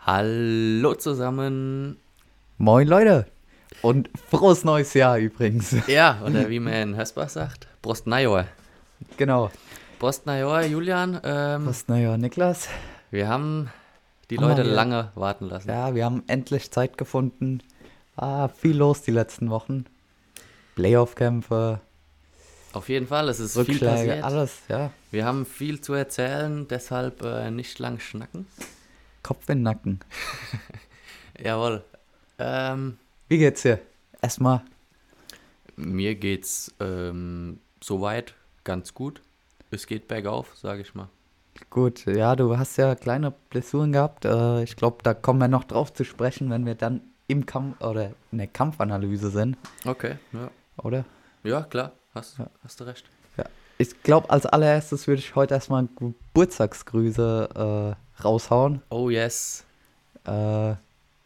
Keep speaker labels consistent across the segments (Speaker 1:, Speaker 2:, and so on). Speaker 1: Hallo zusammen.
Speaker 2: Moin Leute und frohes neues Jahr übrigens.
Speaker 1: Ja, oder wie man in Hösbach sagt, Brostnajor.
Speaker 2: Genau.
Speaker 1: Brostnajor, Julian, ähm,
Speaker 2: Was neuer Niklas?
Speaker 1: wir haben die
Speaker 2: Haben wir
Speaker 1: Leute
Speaker 2: wieder.
Speaker 1: lange warten lassen.
Speaker 2: Ja, wir haben endlich Zeit gefunden. Ah, viel los die letzten Wochen. Playoff-Kämpfe,
Speaker 1: Auf jeden Fall, es ist viel
Speaker 2: Rückschläge,
Speaker 1: passiert.
Speaker 2: alles, ja.
Speaker 1: Wir haben viel zu erzählen, deshalb äh, nicht lang schnacken.
Speaker 2: Kopf in den Nacken.
Speaker 1: Jawohl. Ähm,
Speaker 2: Wie geht's dir? Erstmal,
Speaker 1: mir geht's ähm, soweit ganz gut. Es geht bergauf, sage ich mal.
Speaker 2: gut, ja, du hast ja kleine Blessuren gehabt. Äh, ich glaube, da kommen wir noch drauf zu sprechen, wenn wir dann im Kampf oder in der Kampfanalyse sind,
Speaker 1: Okay, ja.
Speaker 2: oder?
Speaker 1: Ja, klar, hast, hast du recht.
Speaker 2: Ja. Ich glaube, als allererstes würde ich heute erstmal Geburtstagsgrüße äh, raushauen.
Speaker 1: Oh yes.
Speaker 2: Äh,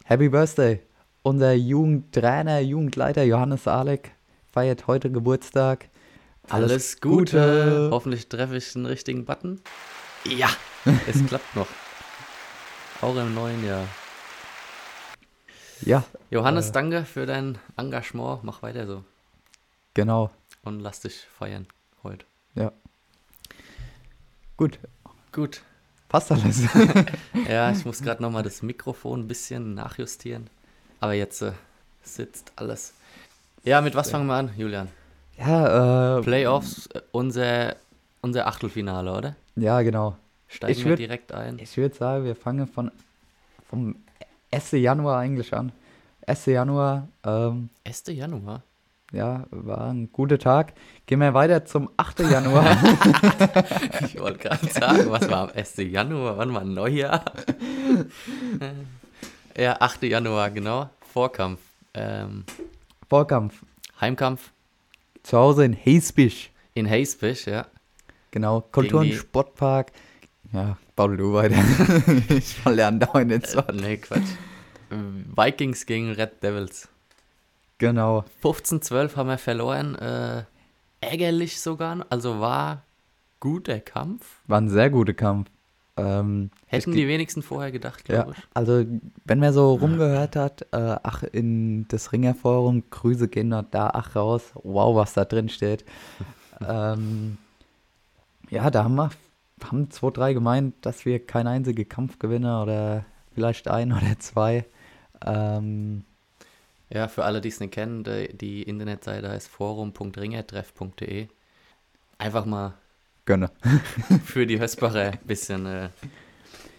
Speaker 2: Happy Birthday! Unser Jugendtrainer, Jugendleiter Johannes Alek feiert heute Geburtstag.
Speaker 1: Alles, Gute. Hoffentlich treffe ich den richtigen Button. Ja, es klappt noch. Auch im neuen Jahr.
Speaker 2: Ja,
Speaker 1: Johannes, danke für dein Engagement. Mach weiter so
Speaker 2: genau.
Speaker 1: und lass dich feiern heute.
Speaker 2: Ja. Gut,
Speaker 1: Gut.
Speaker 2: passt alles.
Speaker 1: Ja, ich muss gerade nochmal das Mikrofon ein bisschen nachjustieren. Aber jetzt äh, sitzt alles. Ja, mit was fangen wir an, Julian?
Speaker 2: ja, äh,
Speaker 1: Playoffs, äh, unser, unser Achtelfinale, oder?
Speaker 2: ja, genau.
Speaker 1: Steigen
Speaker 2: Ich
Speaker 1: wir
Speaker 2: würd-
Speaker 1: direkt ein.
Speaker 2: Ich würde sagen, wir fangen von vom 1. Januar eigentlich an. 1. Januar, ähm,
Speaker 1: 1. Januar.
Speaker 2: Ja, war ein guter Tag. Gehen wir weiter zum 8. Januar.
Speaker 1: Ich wollte gerade sagen, was war am 1. Januar? Wann war Neujahr? ja, 8. Januar, genau. Vorkampf. Ähm,
Speaker 2: Vorkampf.
Speaker 1: Heimkampf
Speaker 2: Zu Hause in Heesbisch.
Speaker 1: in Haysbich, ja.
Speaker 2: Genau. Kultur- und
Speaker 1: die-
Speaker 2: Sportpark. Ja, Paul, du weiter. ich verlerne dauernd jetzt
Speaker 1: Äh,
Speaker 2: was.
Speaker 1: nee, Quatsch. Vikings gegen Red Devils.
Speaker 2: Genau.
Speaker 1: 15-12 haben wir verloren. Äh, ärgerlich sogar. Also war guter Kampf.
Speaker 2: War ein sehr guter Kampf. Ähm,
Speaker 1: Hätten
Speaker 2: ich-
Speaker 1: die Ah. wenigsten vorher gedacht,
Speaker 2: ja,
Speaker 1: glaube ich.
Speaker 2: also wenn man so rumgehört hat, äh, ach, in das Ringerforum, Grüße gehen dort da, ach raus, wow, was da drin steht. ähm, ja, da haben wir, haben zwei, drei gemeint, dass wir kein einziger Kampfgewinner oder vielleicht ein oder zwei. Ähm,
Speaker 1: Ja, für alle, die es nicht kennen, die, die Internetseite heißt forum.ringertreff.de. Einfach mal
Speaker 2: gönne.
Speaker 1: für die Hösbacher ein bisschen äh,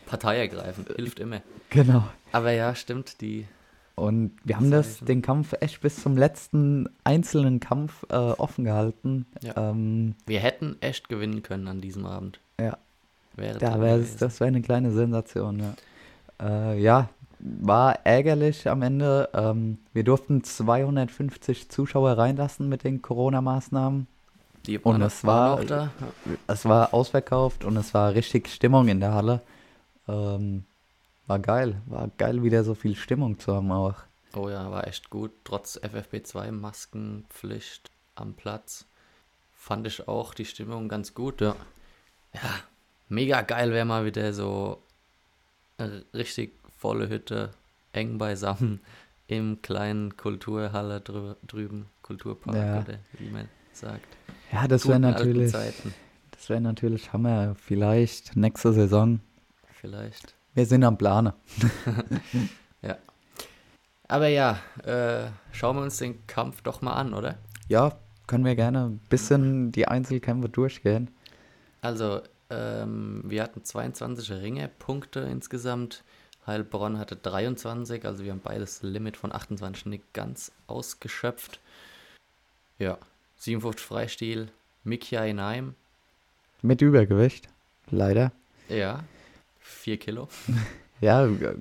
Speaker 1: Partei ergreifen. Hilft immer.
Speaker 2: genau.
Speaker 1: Aber ja, stimmt, die.
Speaker 2: Und wir haben das, den Kampf echt bis zum letzten einzelnen Kampf äh, offen gehalten.
Speaker 1: Ja.
Speaker 2: Ähm,
Speaker 1: Wir hätten echt gewinnen können an diesem Abend.
Speaker 2: ja.
Speaker 1: Wäre
Speaker 2: Da
Speaker 1: drin
Speaker 2: wäre es,
Speaker 1: gewesen.
Speaker 2: das wäre eine kleine Sensation, ja. Äh, ja, war ärgerlich am Ende. Ähm, wir durften 250 Zuschauer reinlassen mit den Corona-Maßnahmen.
Speaker 1: Die
Speaker 2: und
Speaker 1: waren-
Speaker 2: das war-
Speaker 1: waren auch da. Ja.
Speaker 2: Es war ausverkauft und es war richtig Stimmung in der Halle. Ähm, war geil, war geil, wieder so viel Stimmung zu haben auch.
Speaker 1: Oh ja, war echt gut. Trotz FFP2 Maskenpflicht am Platz fand ich auch die Stimmung ganz gut. Ja, ja mega geil wäre mal wieder so eine richtig volle Hütte, eng beisammen im kleinen Kulturhalle drü drüben, Kulturpark
Speaker 2: Ja.
Speaker 1: oder wie man sagt.
Speaker 2: Ja, das wäre
Speaker 1: Guten alten
Speaker 2: natürlich,
Speaker 1: Zeiten
Speaker 2: das wäre natürlich Hammer. Vielleicht nächste Saison.
Speaker 1: vielleicht.
Speaker 2: Wir sind am Plane.
Speaker 1: Ja. Aber ja, äh, schauen wir uns den Kampf doch mal an, oder?
Speaker 2: Ja, können wir gerne ein bisschen die Einzelkämpfe durchgehen.
Speaker 1: Also, ähm, wir hatten 22 Ringerpunkte insgesamt. Heilbronn hatte 23, also wir haben beides Limit von 28 nicht ganz ausgeschöpft. Ja, 57 Freistil, Mikia in Heim,
Speaker 2: Mit Übergewicht, leider.
Speaker 1: ja, 4 Kilo.
Speaker 2: Ja, äh,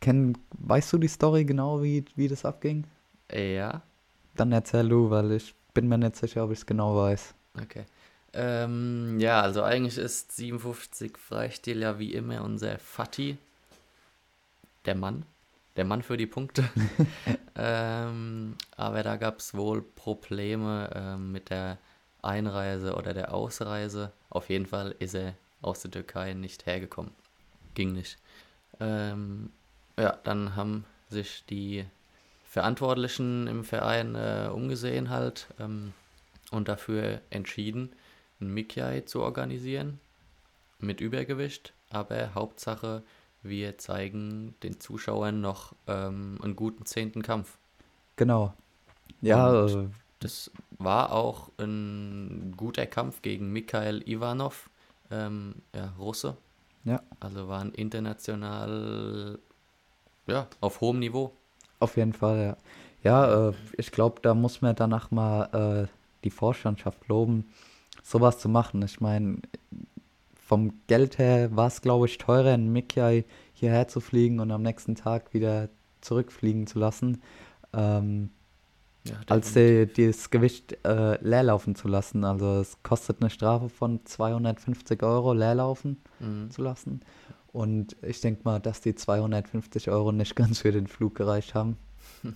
Speaker 2: kenn, weißt du die Story genau, wie, wie das abging?
Speaker 1: Ja,
Speaker 2: Dann erzähl du, weil ich bin mir nicht sicher, ob ich es genau weiß.
Speaker 1: okay. Ähm, ja, also eigentlich ist 57 Freistil ja wie immer unser Fatih, der Mann, der Mann für die Punkte. Ähm, aber da gab es wohl Probleme ähm, mit der Einreise oder der Ausreise. Auf jeden Fall ist er aus der Türkei nicht hergekommen. Ging nicht. Ähm, ja, dann haben sich die Verantwortlichen im Verein äh, umgesehen halt ähm, und dafür entschieden, ein Mikiai zu organisieren mit Übergewicht. Aber Hauptsache, wir zeigen den Zuschauern noch ähm, einen guten zehnten Kampf.
Speaker 2: Genau. Ja,
Speaker 1: Und-
Speaker 2: äh,
Speaker 1: Das war auch ein guter Kampf gegen Mikhail Ivanov, ähm, ja, Russe.
Speaker 2: Ja.
Speaker 1: Also waren international ja, auf hohem Niveau.
Speaker 2: auf jeden Fall, ja. Ja, äh, ich glaube, da muss man danach mal äh, die Vorstandschaft loben, sowas zu machen. Ich meine, vom Geld her war es, glaube ich, teurer, in Mikkei hierher zu fliegen und am nächsten Tag wieder zurückfliegen zu lassen, ähm,
Speaker 1: Ja,
Speaker 2: als
Speaker 1: definitiv.
Speaker 2: die, das Gewicht äh, leerlaufen zu lassen. Also es kostet eine Strafe von 250 Euro leerlaufen
Speaker 1: Mhm.
Speaker 2: zu lassen. Und ich denke mal, dass die 250 Euro nicht ganz für den Flug gereicht haben.
Speaker 1: Nee.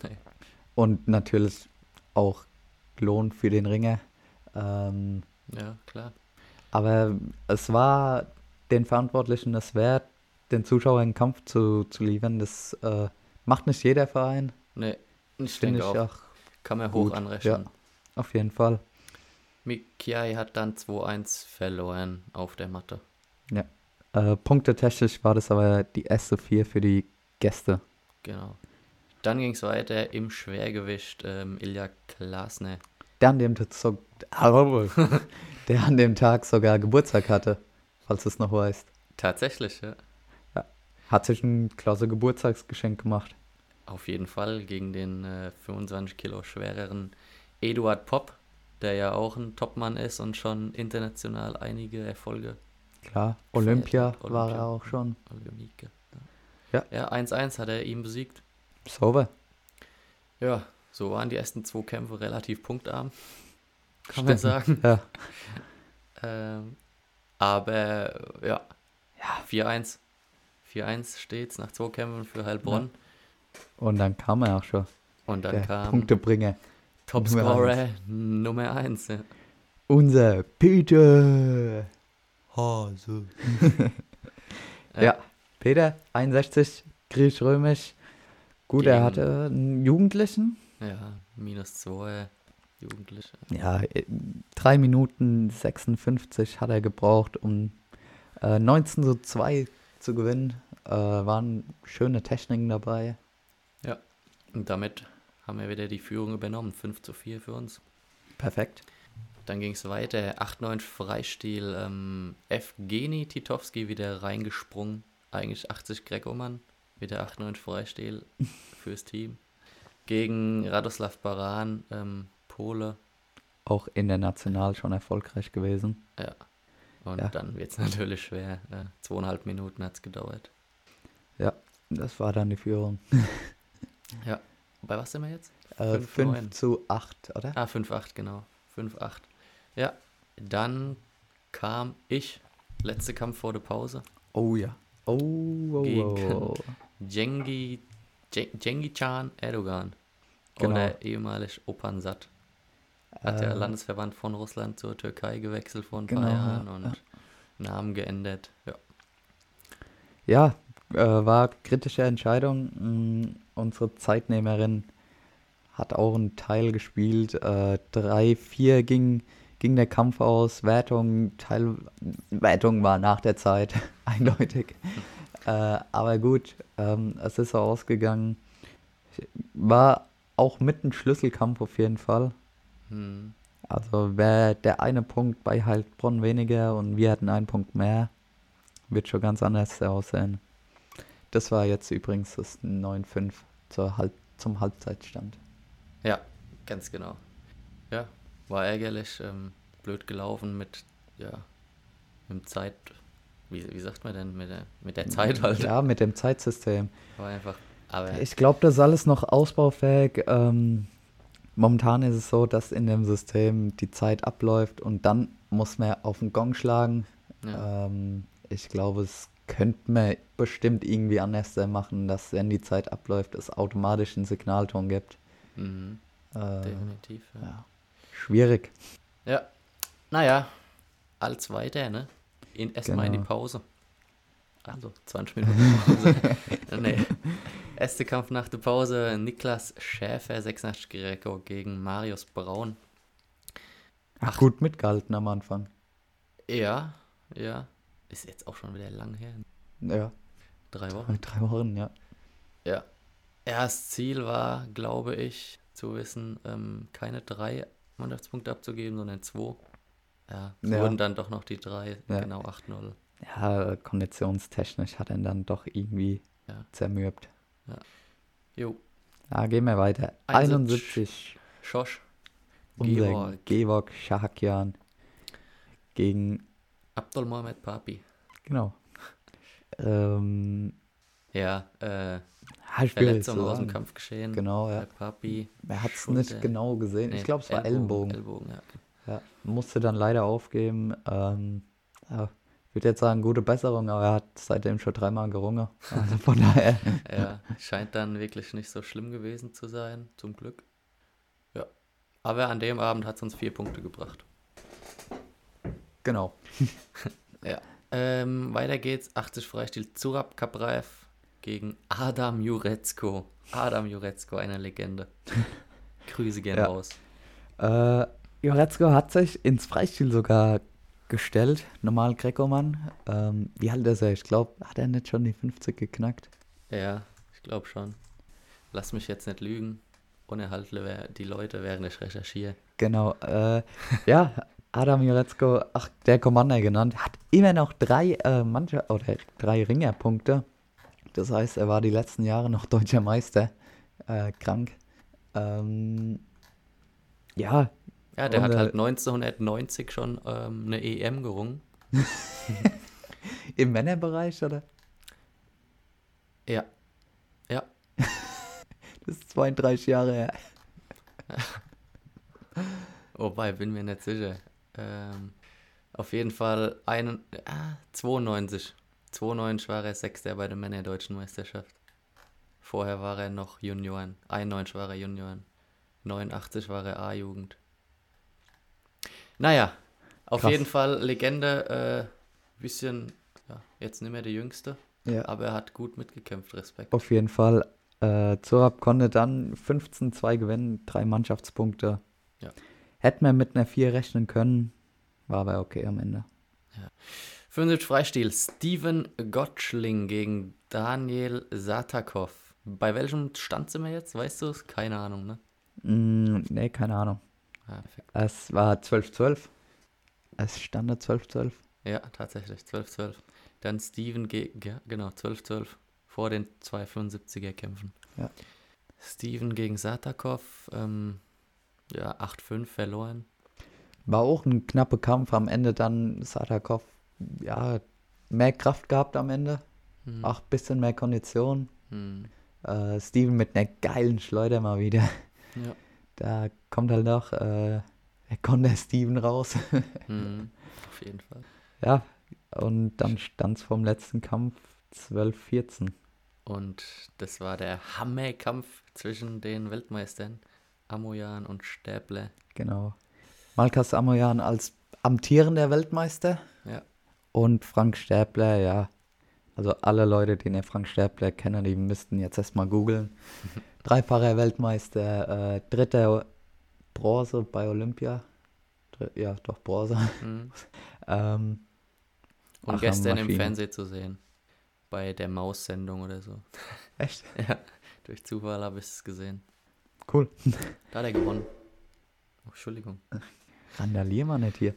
Speaker 2: Und natürlich auch Lohn für den Ringer. Ähm,
Speaker 1: Ja, klar.
Speaker 2: aber es war den Verantwortlichen es wert, den Zuschauern einen Kampf zu, zu liefern. Das äh, macht nicht jeder Verein.
Speaker 1: Nee, ich
Speaker 2: Finde
Speaker 1: denke
Speaker 2: ich
Speaker 1: auch,
Speaker 2: auch
Speaker 1: kann man hoch
Speaker 2: gut,
Speaker 1: anrechnen.
Speaker 2: ja. auf jeden Fall.
Speaker 1: Mikhail hat dann 2-1 verloren auf der Matte.
Speaker 2: Äh, punktetechnisch war das aber die erste vier für die Gäste.
Speaker 1: Genau. Dann ging es weiter im Schwergewicht. Ähm, Ilja Klasner.
Speaker 2: Der an dem, Tag so- der an dem Tag sogar Geburtstag hatte, falls du es noch weißt.
Speaker 1: Tatsächlich, ja.
Speaker 2: Hat sich ein klasse Geburtstagsgeschenk gemacht.
Speaker 1: Auf jeden Fall gegen den äh, 25 Kilo schwereren Eduard Popp, der ja auch ein Topmann ist und schon international einige Erfolge.
Speaker 2: Klar,
Speaker 1: Feiert
Speaker 2: Olympia
Speaker 1: mit
Speaker 2: war
Speaker 1: Olympia.
Speaker 2: er auch schon.
Speaker 1: Olympike,
Speaker 2: Ja.
Speaker 1: ne? Ja, 1-1 hat er ihn besiegt.
Speaker 2: Sauber.
Speaker 1: Ja, so waren die ersten zwei Kämpfe relativ punktarm, kann man sagen.
Speaker 2: Stimmt. Ja,
Speaker 1: Ähm, aber äh, ja,
Speaker 2: Ja.
Speaker 1: 4-1. 4-1 steht's nach zwei Kämpfen für Heilbronn.
Speaker 2: und dann kam er auch schon.
Speaker 1: Und dann
Speaker 2: der
Speaker 1: kam
Speaker 2: Punktebringer.
Speaker 1: Topscorer Nummer 1. Ja.
Speaker 2: Unser Peter.
Speaker 3: Hase.
Speaker 2: Ja. Peter, 61, griechisch-römisch. Gut, er
Speaker 1: Gegen-
Speaker 2: hatte einen Jugendlichen.
Speaker 1: ja, minus 2 Jugendliche.
Speaker 2: Ja, 3 Minuten 56 hat er gebraucht, um äh, 19 zu 2 zu gewinnen. Äh, waren schöne Techniken dabei.
Speaker 1: Und damit haben wir wieder die Führung übernommen. 5 zu 4 für uns.
Speaker 2: Perfekt.
Speaker 1: Dann ging es weiter. 8-9 Freistil. Ähm, Evgeni Titowski wieder reingesprungen. Eigentlich 80 Greco-Mann. Wieder 8-9 Freistil fürs Team. Gegen Radoslav Baran, ähm, Pole.
Speaker 2: Auch international schon erfolgreich gewesen.
Speaker 1: Ja. Und
Speaker 2: Ja.
Speaker 1: dann wird es natürlich schwer. Äh, zweieinhalb Minuten hat es gedauert.
Speaker 2: Das war dann die Führung.
Speaker 1: Bei was sind wir jetzt?
Speaker 2: Äh,
Speaker 1: Fünf
Speaker 2: 5
Speaker 1: Neun.
Speaker 2: zu 8, oder?
Speaker 1: Ah, 5-8, genau. 5-8. Ja, dann kam ich. Letzter Kampf vor der Pause.
Speaker 2: Oh ja. Oh, oh,
Speaker 1: Gegen-
Speaker 2: oh.
Speaker 1: Jengi, Jen- Jengi-Chan Erdogan.
Speaker 2: Genau.
Speaker 1: Oder ehemalig Opansat. Hat der
Speaker 2: Ähm,
Speaker 1: Landesverband von Russland zur Türkei gewechselt vor ein
Speaker 2: genau,
Speaker 1: paar
Speaker 2: ja,
Speaker 1: Jahren
Speaker 2: ja.
Speaker 1: und Namen geändert. Ja.
Speaker 2: Ja, äh, war kritische Entscheidung. Mm, Unsere Zeitnehmerin hat auch einen Teil gespielt. Äh, 3-4 ging, ging der Kampf aus. Wertung, Teil, Wertung war nach der Zeit, eindeutig. Äh, aber gut, ähm, es ist so ausgegangen. War auch mit ein Schlüsselkampf auf jeden Fall.
Speaker 1: Hm.
Speaker 2: Also wäre der eine Punkt bei Heilbronn weniger und wir hätten einen Punkt mehr, wird schon ganz anders aussehen. Das war jetzt übrigens das 9-5 zur Halb zum Halbzeitstand.
Speaker 1: ja, ganz genau. Ja, war ärgerlich, ähm, blöd gelaufen mit, ja, mit dem Zeit, wie, wie sagt man denn, mit der, mit der Zeit halt.
Speaker 2: Ja, mit dem Zeitsystem.
Speaker 1: War einfach, aber
Speaker 2: Ich glaube, das ist alles noch ausbaufähig. Ähm, momentan ist es so, dass in dem System die Zeit abläuft und dann muss man auf den Gong schlagen.
Speaker 1: ja,
Speaker 2: Ähm, ich glaube, es könnte man bestimmt irgendwie anders machen, dass wenn die Zeit abläuft, es automatisch einen Signalton gibt.
Speaker 1: mhm,
Speaker 2: Äh,
Speaker 1: definitiv. Ja.
Speaker 2: ja. Schwierig.
Speaker 1: Ja, naja, als weiter, ne? In, erstmal in die
Speaker 2: Genau.
Speaker 1: Pause. Also 20 Minuten Pause. nee. Erste Kampf nach der Pause. Niklas Schäfer, 86 Greco gegen Marius Braun.
Speaker 2: Ach, gut mitgehalten am Anfang.
Speaker 1: Ja, ja. Ist jetzt auch schon wieder lang her.
Speaker 2: Ja,
Speaker 1: Drei Wochen.
Speaker 2: drei, drei Wochen, ja.
Speaker 1: Ja. Ja, das Ziel war, glaube ich, zu wissen, ähm, keine drei Mannschaftspunkte abzugeben, sondern zwei. Ja, es
Speaker 2: Ja.
Speaker 1: wurden dann doch noch die drei,
Speaker 2: Ja.
Speaker 1: genau 8-0.
Speaker 2: Ja, konditionstechnisch hat er ihn dann doch irgendwie
Speaker 1: Ja.
Speaker 2: zermürbt.
Speaker 1: Jo,
Speaker 2: Ah, gehen wir weiter.
Speaker 1: Also,
Speaker 2: 71.
Speaker 1: Schosch,
Speaker 2: Unser
Speaker 1: Georg.
Speaker 2: Georg Schahakjan gegen,
Speaker 1: Abdul Mohamed Papi.
Speaker 2: genau. Ähm,
Speaker 1: Ja, äh,
Speaker 2: ah, schwierig zu
Speaker 1: Verletzung aus dem
Speaker 2: sagen.
Speaker 1: Kampf geschehen.
Speaker 2: Genau, ja.
Speaker 1: Der Papi.
Speaker 2: Er hat es
Speaker 1: Schulter.
Speaker 2: nicht genau gesehen.
Speaker 1: Nee,
Speaker 2: ich glaube, es war Ellenbogen.
Speaker 1: Ellbogen, ja.
Speaker 2: Ja. Musste dann leider aufgeben. Ähm, ja, würde jetzt sagen, gute Besserung, aber er hat seitdem schon dreimal gerungen. Also von daher.
Speaker 1: Ja, scheint dann wirklich nicht so schlimm gewesen zu sein, zum Glück. Ja. Aber an dem Abend hat es uns vier Punkte gebracht.
Speaker 2: genau.
Speaker 1: Ja. Ähm, weiter geht's. 80 Freistil Zurab Kapreif gegen Adam Jurecko. Adam Jurecko, eine Legende. Grüße gehen
Speaker 2: Ja.
Speaker 1: raus.
Speaker 2: Äh, Joretzko hat sich ins Freistil sogar gestellt. Normal Greco-Mann. Ähm, wie alt ist er? Ich glaube, hat er nicht schon die 50 geknackt?
Speaker 1: Ja, ich glaube schon. Lass mich jetzt nicht lügen. Unerhaltle wer- die Leute, während ich recherchiere.
Speaker 2: Genau. Äh, ja, Adam Jurecko, ach, der Commander genannt, hat immer noch drei äh, Mannschaft oder drei Ringerpunkte. Das heißt, er war die letzten Jahre noch deutscher Meister. Äh, krank. Ähm, ja,
Speaker 1: Ja, der hat
Speaker 2: Und, äh,
Speaker 1: halt 1990 schon ähm, eine EM gerungen.
Speaker 2: im Männerbereich, oder?
Speaker 1: Ja. Ja,
Speaker 2: Das ist 32 Jahre her.
Speaker 1: Wobei, Oh, bin mir nicht sicher. Ähm, auf jeden Fall ein, ah, 92. 92 war er Sechster bei der Männerdeutschen Meisterschaft. Vorher war er noch Junioren. 91 war er Junioren. 89 war er A-Jugend. Naja, auf
Speaker 2: Krass.
Speaker 1: jeden Fall Legende. Äh, bisschen, ja, jetzt nicht mehr der Jüngste,
Speaker 2: Ja.
Speaker 1: aber er hat gut mitgekämpft. Respekt.
Speaker 2: Auf jeden Fall. Äh, Zorab konnte dann 15-2 gewinnen, drei Mannschaftspunkte.
Speaker 1: Ja.
Speaker 2: Hätten wir mit einer 4 rechnen können, war aber okay am Ende.
Speaker 1: 75 Freistil, Steven Gottschling gegen Daniel Satakov. Bei welchem Stand sind wir jetzt? Weißt du es? Keine Ahnung, ne?
Speaker 2: Mm, nee, keine Ahnung.
Speaker 1: Ah, perfekt.
Speaker 2: Es war 12-12. Es stand 12-12.
Speaker 1: Ja, tatsächlich, 12-12. Dann Steven gegen, ja, genau, 12-12. Vor den 275er kämpfen.
Speaker 2: Ja.
Speaker 1: Steven gegen Satakov, ähm, ja, 8-5 verloren.
Speaker 2: War auch ein knapper Kampf. Am Ende dann Sadakov, ja, mehr Kraft gehabt am Ende.
Speaker 1: Hm.
Speaker 2: Auch ein bisschen mehr Kondition.
Speaker 1: Hm.
Speaker 2: Äh, Steven mit einer geilen Schleuder mal wieder.
Speaker 1: Ja.
Speaker 2: Da kommt halt noch, äh, er kommt der Steven raus.
Speaker 1: Hm. Auf jeden Fall.
Speaker 2: ja, und dann stand es vom letzten Kampf 12-14.
Speaker 1: Und das war der Hammerkampf zwischen den Weltmeistern Amoyan und Stäble.
Speaker 2: Genau. Malkas Amoyan als amtierender Weltmeister.
Speaker 1: Ja.
Speaker 2: Und Frank Stäbler, ja. Also alle Leute, die den Frank Stäbler kennen, die müssten jetzt erstmal googeln. Dreifacher Weltmeister, äh, dritter Bronze bei Olympia. Dr ja, doch Bronze.
Speaker 1: Mhm.
Speaker 2: Ähm,
Speaker 1: Und
Speaker 2: Ach,
Speaker 1: gestern im
Speaker 2: Maschine.
Speaker 1: Fernsehen zu sehen. Bei der Maus-Sendung oder so.
Speaker 2: echt?
Speaker 1: ja, durch Zufall habe ich es gesehen.
Speaker 2: Cool.
Speaker 1: Da hat er gewonnen. Oh, Entschuldigung.
Speaker 2: Randalier mal nicht hier.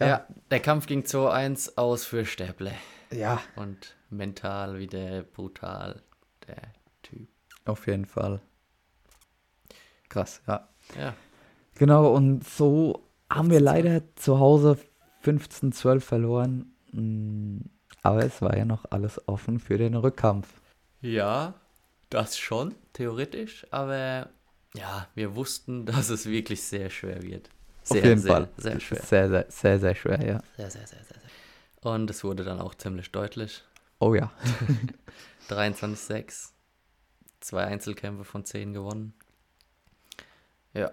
Speaker 1: Ja. der Kampf ging 2-1 aus für Sterble.
Speaker 2: Ja,
Speaker 1: Und mental wieder brutal. Der Typ.
Speaker 2: auf jeden Fall. Krass, ja.
Speaker 1: Ja,
Speaker 2: Genau, und so haben wir
Speaker 1: 15-12.
Speaker 2: leider zu Hause 15-12 verloren. Mm, Aber es war ja noch alles offen für den Rückkampf.
Speaker 1: Ja, das schon, theoretisch, aber ja, wir wussten, dass es wirklich sehr schwer wird. Sehr, sehr, Sehr
Speaker 2: Es
Speaker 1: schwer.
Speaker 2: ist Sehr, sehr, sehr, sehr schwer, ja.
Speaker 1: Sehr, sehr, sehr, sehr, sehr. Und es wurde dann auch ziemlich deutlich.
Speaker 2: Oh ja.
Speaker 1: 23-6. Zwei Einzelkämpfe von 10 gewonnen. Ja,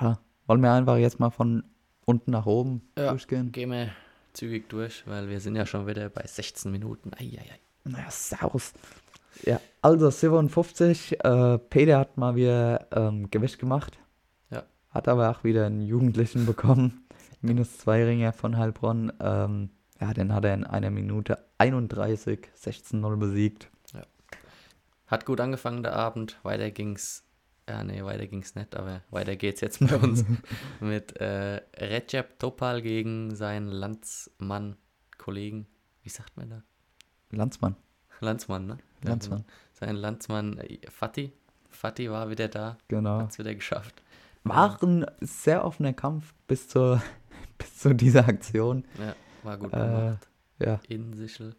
Speaker 2: ja. Wollen wir einfach jetzt mal von unten nach oben
Speaker 1: Ja.
Speaker 2: durchgehen?
Speaker 1: gehen wir zügig durch, weil wir sind ja schon wieder bei 16 Minuten. Eieiei.
Speaker 2: Na, saus. Ja, also 57. Äh, Peter hat mal wieder ähm, Gewicht gemacht.
Speaker 1: Ja.
Speaker 2: Hat aber auch wieder einen Jugendlichen bekommen. Minus zwei Ringer von Heilbronn. Ähm, ja, den hat er in einer Minute 31, 16-0 besiegt.
Speaker 1: Hat gut angefangen der Abend, weiter ging's. Ja, nee, weiter ging's nicht, aber weiter geht's jetzt bei uns mit äh, Recep Topal gegen seinen Landsmann Kollegen. Wie sagt man da?
Speaker 2: Landsmann.
Speaker 1: Landsmann, ne? Ja,
Speaker 2: Landsmann.
Speaker 1: genau. Sein Landsmann äh, Fatih. Fatih war wieder da,
Speaker 2: Genau.
Speaker 1: hat's wieder geschafft.
Speaker 2: War ein sehr offener Kampf bis, zur, bis zu dieser Aktion.
Speaker 1: Ja, war gut
Speaker 2: Äh,
Speaker 1: gemacht.
Speaker 2: Ja,
Speaker 1: In Sichel.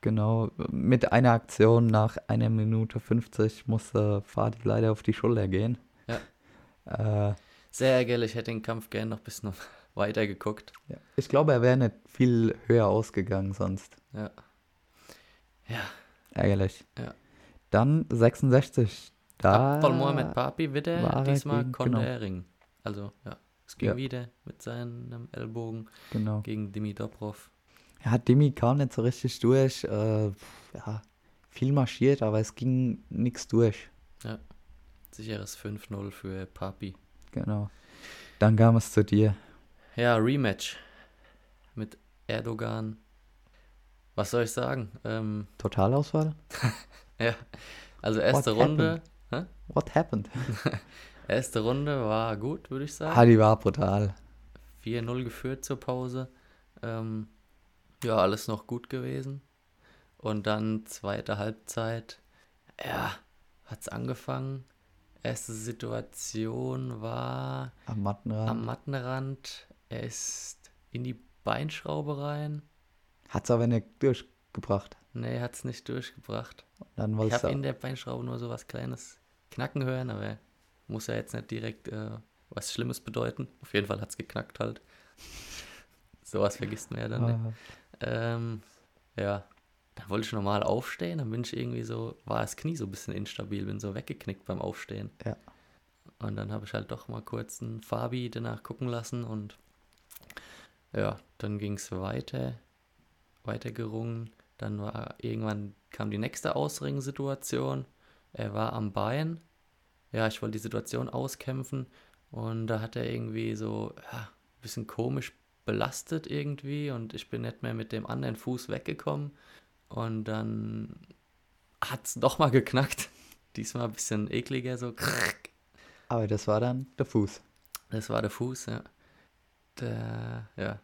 Speaker 2: genau. Mit einer Aktion nach einer Minute 50 musste Fadi leider auf die Schulter gehen.
Speaker 1: Ja.
Speaker 2: Äh,
Speaker 1: Sehr ärgerlich, hätte den Kampf gerne noch ein bisschen weiter geguckt.
Speaker 2: ja. Ich glaube, er wäre nicht viel höher ausgegangen sonst.
Speaker 1: Ja.
Speaker 2: Ärgerlich.
Speaker 1: Ja.
Speaker 2: Dann 66. Da
Speaker 1: Abdul Mohamed Papi
Speaker 2: Ah, war
Speaker 1: wieder,
Speaker 2: er
Speaker 1: diesmal
Speaker 2: gegen-
Speaker 1: konnte
Speaker 2: genau.
Speaker 1: er ringen. Also, ja, es ging
Speaker 2: Ja.
Speaker 1: wieder mit seinem Ellbogen
Speaker 2: Genau.
Speaker 1: gegen Dimi Dobrov.
Speaker 2: Ja, Demi kam nicht so richtig durch. Äh, ja, viel marschiert, aber es ging nichts durch.
Speaker 1: Sicheres 5-0 für Papi.
Speaker 2: Genau. Dann kam es zu dir.
Speaker 1: Ja, Rematch mit Erdogan. Was soll ich sagen? Ähm,
Speaker 2: Totalauswahl?
Speaker 1: ja, also erste
Speaker 2: What
Speaker 1: Runde. Hä?
Speaker 2: What happened?
Speaker 1: Erste Runde war gut, würde ich sagen.
Speaker 2: Ah, die war brutal.
Speaker 1: 4-0 geführt zur Pause. Ähm, ja, alles noch gut gewesen. Und dann zweite Halbzeit, ja, hat's angefangen. Erste Situation war
Speaker 2: Am Mattenrand.
Speaker 1: am Mattenrand. Er ist in die Beinschraube rein.
Speaker 2: Hat's aber nicht durchgebracht.
Speaker 1: Nee, hat's nicht durchgebracht.
Speaker 2: Dann
Speaker 1: Ich
Speaker 2: wolltest
Speaker 1: habe
Speaker 2: du.
Speaker 1: in der Beinschraube nur so was Kleines knacken hören, aber muss ja jetzt nicht direkt äh, was Schlimmes bedeuten. Auf jeden Fall hat's geknackt halt. Sowas vergisst man ja dann nicht.
Speaker 2: Ah,
Speaker 1: Ähm, ja, dann wollte ich normal aufstehen, dann bin ich irgendwie so, war das Knie so ein bisschen instabil, bin so weggeknickt beim Aufstehen.
Speaker 2: Ja.
Speaker 1: Und dann habe ich halt doch mal kurz einen Fabi danach gucken lassen und ja, dann ging es weiter, weiter gerungen. Dann war irgendwann kam die nächste Ausringsituation. Er war am Bein. Ja, ich wollte die Situation auskämpfen und da hat er irgendwie so ja, ein bisschen komisch belastet irgendwie und ich bin nicht mehr mit dem anderen Fuß weggekommen und dann hat's noch mal geknackt. Diesmal ein bisschen ekliger so. krrrk.
Speaker 2: aber das war dann der Fuß.
Speaker 1: Das war der Fuß, ja. Da, ja.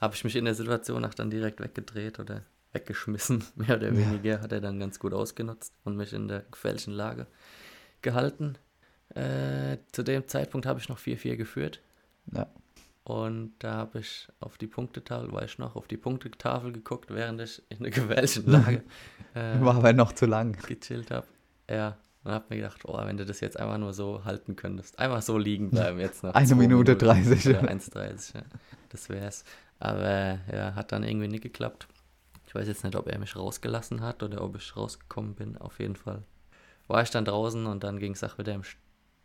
Speaker 1: Habe ich mich in der Situation auch dann direkt weggedreht oder weggeschmissen, mehr oder weniger. Hat er dann ganz gut ausgenutzt und mich in der gefährlichen Lage gehalten. Äh, zu dem Zeitpunkt habe ich noch 4-4 geführt.
Speaker 2: Ja.
Speaker 1: Und da habe ich auf die Punktetafel, war ich noch, auf die Punktetafel geguckt, während ich in der gewählten Lage äh,
Speaker 2: War aber noch zu lang.
Speaker 1: gechillt habe. Ja, und habe mir gedacht, oh, wenn du das jetzt einfach nur so halten könntest. Einfach so liegen bleiben jetzt noch.
Speaker 2: Eine
Speaker 1: zwei
Speaker 2: Minute 30.
Speaker 1: Oder 1,30. Ja. Das wär's. Aber ja, hat dann irgendwie nicht geklappt. Ich weiß jetzt nicht, ob er mich rausgelassen hat oder ob ich rausgekommen bin. Auf jeden Fall war ich dann draußen und dann ging es auch wieder im... St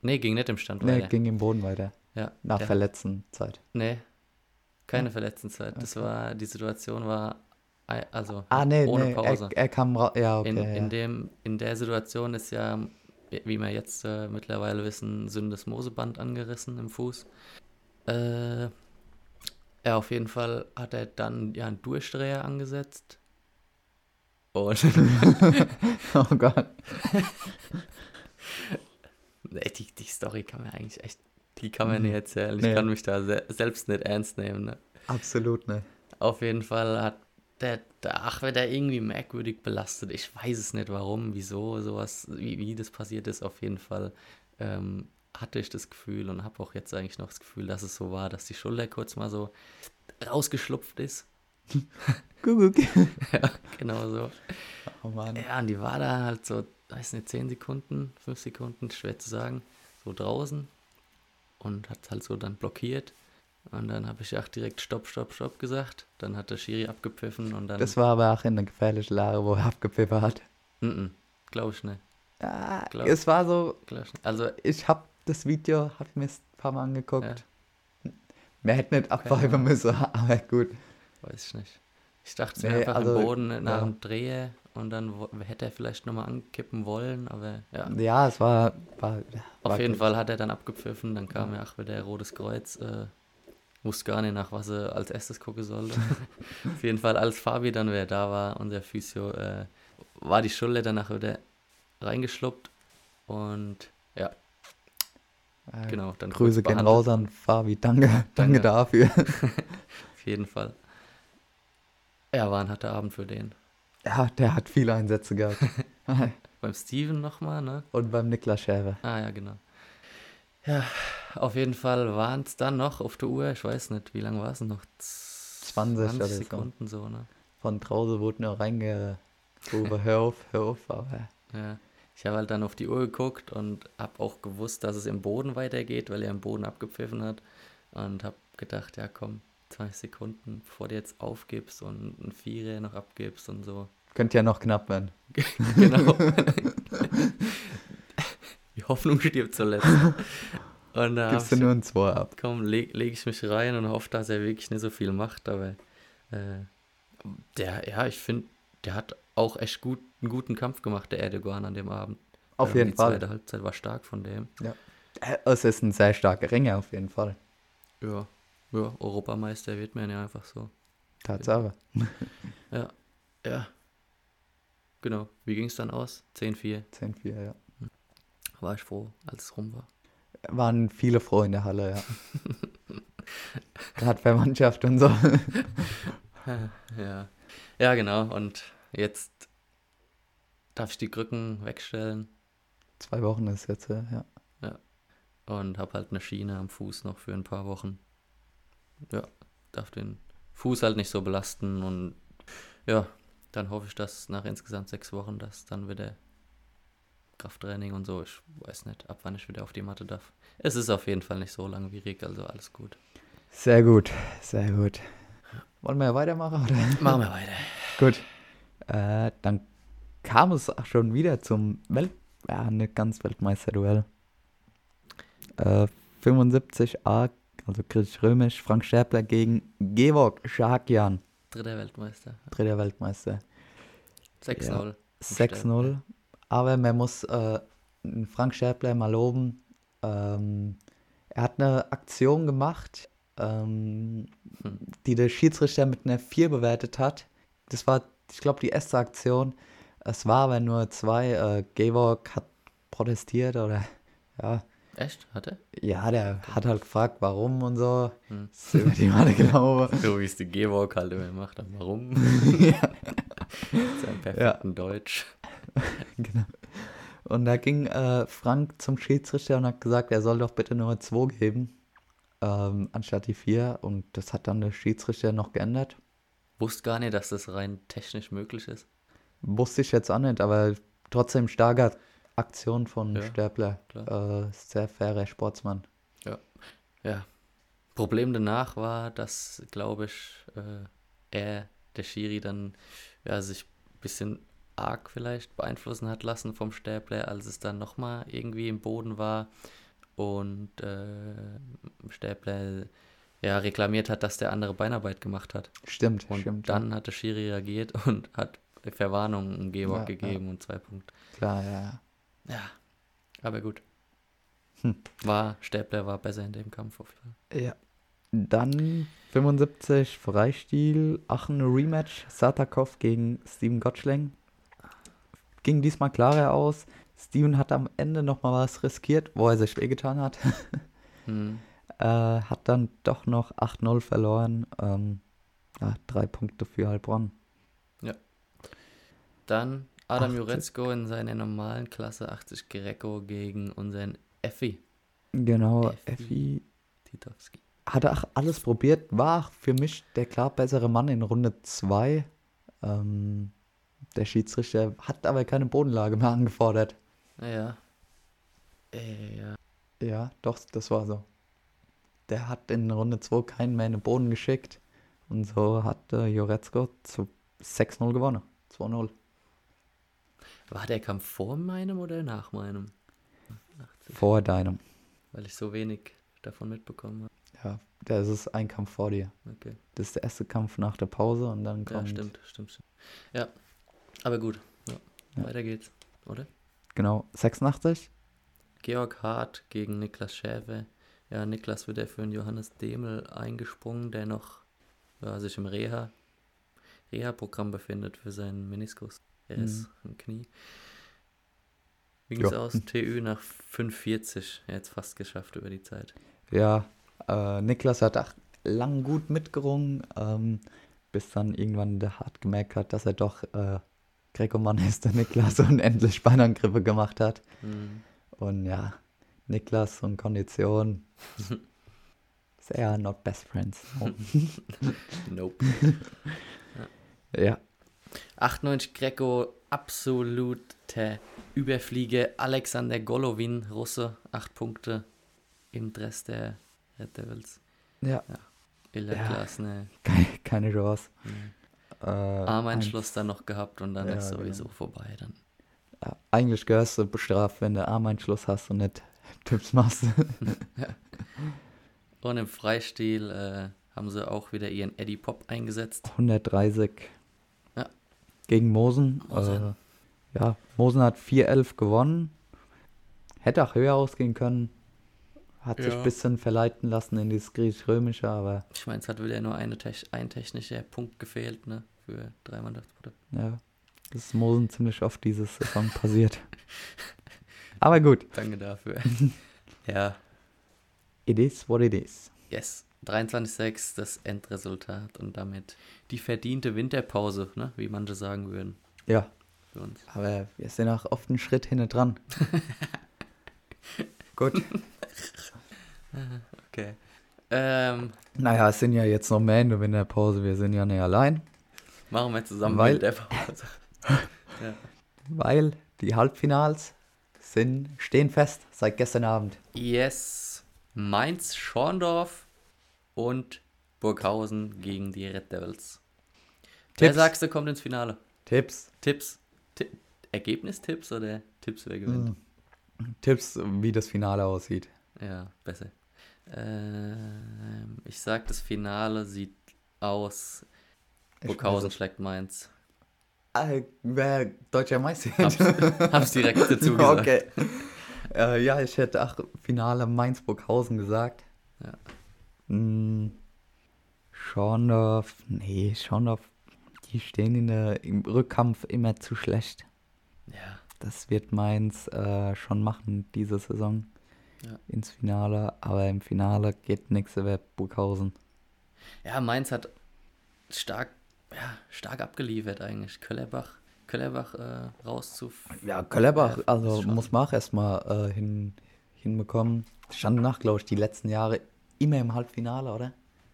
Speaker 1: nee, ging nicht im Stand
Speaker 2: Nee,
Speaker 1: weiter.
Speaker 2: ging im Boden weiter.
Speaker 1: ja,
Speaker 2: Nach
Speaker 1: der
Speaker 2: verletzten Zeit.
Speaker 1: Nee, keine Verletztenzeit. Das war, die Situation war, ei- also
Speaker 2: Ah, nee,
Speaker 1: ohne
Speaker 2: nee.
Speaker 1: Pause.
Speaker 2: Er, er kam raus. Ja, okay.
Speaker 1: in,
Speaker 2: ja.
Speaker 1: in, dem, in der Situation ist ja, wie wir jetzt äh, mittlerweile wissen, Syndesmoseband angerissen im Fuß. Äh, ja, auf jeden Fall hat er dann ja einen Durchdreher angesetzt. Und
Speaker 2: oh Gott.
Speaker 1: Nee, die, die Story kann man eigentlich echt, die kann man nicht erzählen. Ich
Speaker 2: Mhm. Nee.
Speaker 1: kann mich da se selbst nicht ernst nehmen. Ne?
Speaker 2: Absolut, ne?
Speaker 1: Auf jeden Fall hat der, der Achwe da irgendwie merkwürdig belastet. Ich weiß es nicht warum, wieso, sowas, wie, wie das passiert ist. Auf jeden Fall ähm, hatte ich das Gefühl und habe auch jetzt eigentlich noch das Gefühl, dass es so war, dass die Schulter kurz mal so rausgeschlupft ist.
Speaker 2: Guck, guck.
Speaker 1: ja, genau so.
Speaker 2: Oh Mann.
Speaker 1: Ja, und die war da halt so, weiß nicht, 10 Sekunden, 5 Sekunden, schwer zu sagen, so draußen und hat halt so dann blockiert. Und dann habe ich auch direkt Stopp, Stopp, Stopp gesagt. Dann hat der Schiri abgepfiffen und dann.
Speaker 2: Das war aber auch in einer gefährlichen Lage, wo er abgepfiffen hat.
Speaker 1: Mhm, glaube ich nicht.
Speaker 2: Ah,
Speaker 1: Klar.
Speaker 2: es war so,
Speaker 1: Glaub ich nicht. Also,
Speaker 2: ich habe das Video, habe mir ein paar Mal angeguckt.
Speaker 1: Ja.
Speaker 2: Man hätte nicht abweiben müssen, aber gut.
Speaker 1: Weiß ich nicht. Ich dachte es
Speaker 2: Nee,
Speaker 1: wäre einfach
Speaker 2: also,
Speaker 1: im Boden nach
Speaker 2: ja.
Speaker 1: dem Drehe und dann wo- hätte er vielleicht nochmal ankippen wollen, aber ja.
Speaker 2: Ja, es war. war
Speaker 1: Auf
Speaker 2: war
Speaker 1: jeden
Speaker 2: gut.
Speaker 1: Fall hat er dann abgepfiffen, dann kam ja auch wieder Rotes Kreuz. Äh, wusste gar nicht, nach was er als erstes gucken sollte. Auf jeden Fall, als Fabi dann wieder da war, unser Physio, äh, war die Schulter danach wieder reingeschluppt. Und ja,
Speaker 2: Äh,
Speaker 1: genau, dann kurz
Speaker 2: Grüße gehen
Speaker 1: behandelt.
Speaker 2: raus an Fabi. Danke, danke,
Speaker 1: Danke.
Speaker 2: dafür.
Speaker 1: Auf jeden Fall. Ja, war ein harter Abend für den.
Speaker 2: Ja, der hat viele Einsätze gehabt.
Speaker 1: Beim Steven nochmal, ne?
Speaker 2: Und beim Niklas Scherer.
Speaker 1: Ah ja, genau. Ja, auf jeden Fall waren es dann noch auf der Uhr, ich weiß nicht, wie lange war es noch?
Speaker 2: 20 oder so.
Speaker 1: Sekunden so, ne?
Speaker 2: Von draußen wurde nur reingerufen. Hör auf, hör auf. Aber
Speaker 1: Ja. Ich habe halt dann auf die Uhr geguckt und habe auch gewusst, dass es im Boden weitergeht, weil er im Boden abgepfiffen hat. Und habe gedacht, ja komm, 20 Sekunden, bevor du jetzt aufgibst und ein Vierer noch abgibst und so.
Speaker 2: könnte ja noch knapp werden.
Speaker 1: Genau. die Hoffnung stirbt zuletzt. Und da
Speaker 2: Gibst
Speaker 1: hab
Speaker 2: du
Speaker 1: ich
Speaker 2: nur ein 2 ab.
Speaker 1: komm, leg, leg ich mich rein und hoffe, dass er wirklich nicht so viel macht, aber äh, der, ja, ich finde, der hat auch echt gut, einen guten Kampf gemacht, der Erdogan an dem Abend.
Speaker 2: Auf
Speaker 1: Ähm,
Speaker 2: jeden
Speaker 1: die
Speaker 2: Fall.
Speaker 1: Die zweite Halbzeit war stark von dem.
Speaker 2: Ja. Äh, Es ist ein sehr starker Ringer auf jeden Fall.
Speaker 1: Ja. Ja, Europameister wird man ja einfach so.
Speaker 2: Tatsache.
Speaker 1: Ja. Ja. Genau. Wie ging es dann aus? 10-4.
Speaker 2: 10-4, ja.
Speaker 1: War ich froh, als es rum war.
Speaker 2: Waren viele froh in der Halle, ja. Gerade bei Mannschaft und so.
Speaker 1: Ja. Ja, genau. Und jetzt darf ich die Krücken wegstellen.
Speaker 2: Zwei Wochen ist jetzt, äh, ja.
Speaker 1: und habe halt eine Schiene am Fuß noch für ein paar Wochen. Ja, darf den Fuß halt nicht so belasten und ja, dann hoffe ich, dass nach insgesamt sechs Wochen das dann wieder Krafttraining und so, ich weiß nicht, ab wann ich wieder auf die Matte darf. Es ist auf jeden Fall nicht so langwierig, also alles gut.
Speaker 2: Sehr gut, sehr gut. Wollen wir weitermachen, oder?
Speaker 1: Machen wir weiter.
Speaker 2: Gut. Äh, dann kam es auch schon wieder zum Welt ja, nicht ganz Weltmeisterduell. Äh, 75a, also Chris Römisch, Frank Scherbler gegen Georg Schakian,
Speaker 1: Dritter Weltmeister.
Speaker 2: dritter Weltmeister.
Speaker 1: 6-0.
Speaker 2: 6-0. Aber man muss äh, einen Frank Scherbler mal loben. Ähm, er hat eine Aktion gemacht, ähm,
Speaker 1: Hm.
Speaker 2: die der Schiedsrichter mit einer 4 bewertet hat. Das war, ich glaube, die erste Aktion. Es war aber nur zwei. Äh, Georg hat protestiert oder ja.
Speaker 1: Echt? Hat er?
Speaker 2: Ja, der hat halt gefragt, warum und so. Ist über die Matte gelaufen.
Speaker 1: So wie es die G-Walk halt immer macht, aber warum? Sein perfekten Deutsch.
Speaker 2: Genau. Und da ging äh, Frank zum Schiedsrichter und hat gesagt, er soll doch bitte nur 2 geben, ähm, anstatt die 4. Und das hat dann der Schiedsrichter noch geändert.
Speaker 1: Wusste gar nicht, dass das rein technisch möglich ist.
Speaker 2: Wusste ich jetzt auch nicht, aber trotzdem starke Aktion von
Speaker 1: Ja,
Speaker 2: Sterbler. Äh, sehr fairer Sportsmann.
Speaker 1: Ja. Ja. Problem danach war, dass, glaube ich, äh, er, der Schiri, dann ja, sich ein bisschen arg vielleicht beeinflussen hat lassen vom Stäbler, als es dann nochmal irgendwie im Boden war und äh, Stäbler ja, reklamiert hat, dass der andere Beinarbeit gemacht hat.
Speaker 2: Stimmt,
Speaker 1: Und
Speaker 2: stimmt.
Speaker 1: dann hat der Schiri reagiert und hat Verwarnung im Gehbock
Speaker 2: Ja, ja.
Speaker 1: gegeben und zwei Punkte.
Speaker 2: Klar, ja, ja.
Speaker 1: Ja, aber gut.
Speaker 2: Hm.
Speaker 1: War, Stäbler war besser in dem Kampf auf jeden Fall.
Speaker 2: Ja. Dann 75 Freistil, Aachen Rematch, Satakov gegen Steven Gottschling. Ging diesmal klarer aus. Steven hat am Ende nochmal was riskiert, wo er sich wehgetan hat.
Speaker 1: Hm.
Speaker 2: äh, hat dann doch noch 8-0 verloren. Ähm, ja, drei Punkte für Heilbronn.
Speaker 1: Dann Adam
Speaker 2: 80.
Speaker 1: Jurecko in seiner normalen Klasse 80 Greco gegen unseren Effi
Speaker 2: Genau,
Speaker 1: Effi.
Speaker 2: Effi
Speaker 1: Titowski.
Speaker 2: hatte auch alles probiert, war auch für mich der klar bessere Mann in Runde 2. Ähm, der Schiedsrichter hat aber keine Bodenlage mehr angefordert.
Speaker 1: Naja. Äh, ja.
Speaker 2: Ja, doch, das war so. Der hat in Runde 2 keinen mehr in den Boden geschickt. Und so hat äh, Joretzko zu 6-0 gewonnen. 2-0.
Speaker 1: War der Kampf vor meinem oder nach meinem?
Speaker 2: Vor deinem.
Speaker 1: Weil ich so wenig davon mitbekommen habe.
Speaker 2: Ja, das ist ein Kampf vor dir.
Speaker 1: Okay.
Speaker 2: Das ist der erste Kampf nach der Pause und dann
Speaker 1: Ja,
Speaker 2: kommt.
Speaker 1: stimmt, stimmt, stimmt. Ja, aber gut. Ja.
Speaker 2: Ja.
Speaker 1: Weiter geht's, oder?
Speaker 2: Genau, 86.
Speaker 1: Georg Hart gegen Niklas Schäfe. Ja, Niklas wird ja für einen Johannes Demel eingesprungen, der noch ja, sich im Reha, Reha-Programm befindet für seinen Meniskus. Er ist im Knie. Wie ging's
Speaker 2: Mhm. Ja.
Speaker 1: aus? TÜ nach 5,40. Er hat es fast geschafft über die Zeit.
Speaker 2: Ja, äh, Niklas hat ach, lang gut mitgerungen, ähm, bis dann irgendwann der Hart gemerkt hat, dass er doch äh, Greco-Mann ist, der Niklas unendlich Beinangriffe gemacht hat.
Speaker 1: Mhm.
Speaker 2: Und ja, Niklas und Kondition. They are not best friends. Oh.
Speaker 1: Nope.
Speaker 2: ja,
Speaker 1: 98 Greco, absolute Überfliege. Alexander Golovin, Russe, 8 Punkte im Dress der Red Devils.
Speaker 2: ja,
Speaker 1: Ilja
Speaker 2: Ja.
Speaker 1: Glasner.
Speaker 2: keine, keine Chance. Äh,
Speaker 1: Armeinschluss dann noch gehabt und dann
Speaker 2: Ja, genau.
Speaker 1: ist sowieso vorbei. Dann.
Speaker 2: ein- äh, Eigentlich gehörst du bestraft, wenn du Armeinschluss hast und nicht Tipps machst.
Speaker 1: Und im Freistil äh, haben sie auch wieder ihren Eddie Pop eingesetzt.
Speaker 2: 130
Speaker 1: Ja.
Speaker 2: gegen Mosen.
Speaker 1: Mosen.
Speaker 2: Äh, ja, Mosen hat 4-11 gewonnen. Hätte auch höher ausgehen können. Hat sich
Speaker 1: Ja.
Speaker 2: ein bisschen verleiten lassen in dieses griechisch-römische, aber
Speaker 1: Ich meine, es hat wieder nur eine Tech- ein technischer Punkt gefehlt, ne? Für drei Mannschaftsprodukte.
Speaker 2: ja, das ist Mosen ziemlich oft dieses Saison passiert. Aber gut,
Speaker 1: Danke dafür. ja,
Speaker 2: it is what it is.
Speaker 1: yes. 23:6 das Endresultat und damit die verdiente Winterpause, ne? Wie manche sagen würden,
Speaker 2: Ja,
Speaker 1: für uns.
Speaker 2: aber wir sind auch oft einen Schritt hinten dran. gut,
Speaker 1: Okay. Ähm,
Speaker 2: naja, es sind ja jetzt noch mehr Ende in der Pause. Wir sind ja nicht allein.
Speaker 1: machen wir zusammen
Speaker 2: Weil-
Speaker 1: Winterpause. ja.
Speaker 2: Weil die Halbfinals sind, stehen fest seit gestern Abend.
Speaker 1: Yes. Mainz, Schorndorf und Burghausen gegen die Red Devils. Wer
Speaker 2: Tipps.
Speaker 1: sagst du, kommt ins Finale?
Speaker 2: Tipps.
Speaker 1: Tipps? Ti Ergebnistipps oder Tipps, wer gewinnt?
Speaker 2: Hm. Tipps, wie das Finale aussieht.
Speaker 1: Ja, besser. Ähm, ich sag, das Finale sieht aus.
Speaker 2: Ich
Speaker 1: Burghausen
Speaker 2: weiß
Speaker 1: schlägt Mainz.
Speaker 2: es. Äh, wer deutscher Meister
Speaker 1: Hab's, hab's direkt dazu gesagt.
Speaker 2: Okay. äh, ja, ich hätte ach, Finale Mainz-Burghausen gesagt.
Speaker 1: Ja.
Speaker 2: Mm, Schorndorf, nee, Schorndorf, die stehen in der, im Rückkampf immer zu schlecht.
Speaker 1: Ja,
Speaker 2: Das wird Mainz äh, schon machen diese Saison
Speaker 1: Ja.
Speaker 2: ins Finale, aber im Finale geht nichts über Burghausen.
Speaker 1: Ja, Mainz hat stark, ja, stark abgeliefert eigentlich. Köllerbach, Köllerbach äh, rauszuf.
Speaker 2: Ja, Köllerbach,
Speaker 1: Ja,
Speaker 2: also
Speaker 1: ist schon-
Speaker 2: muss man auch erstmal äh, hin, hinbekommen. Stand nach, glaube ich, die letzten Jahre immer im Halbfinale, oder?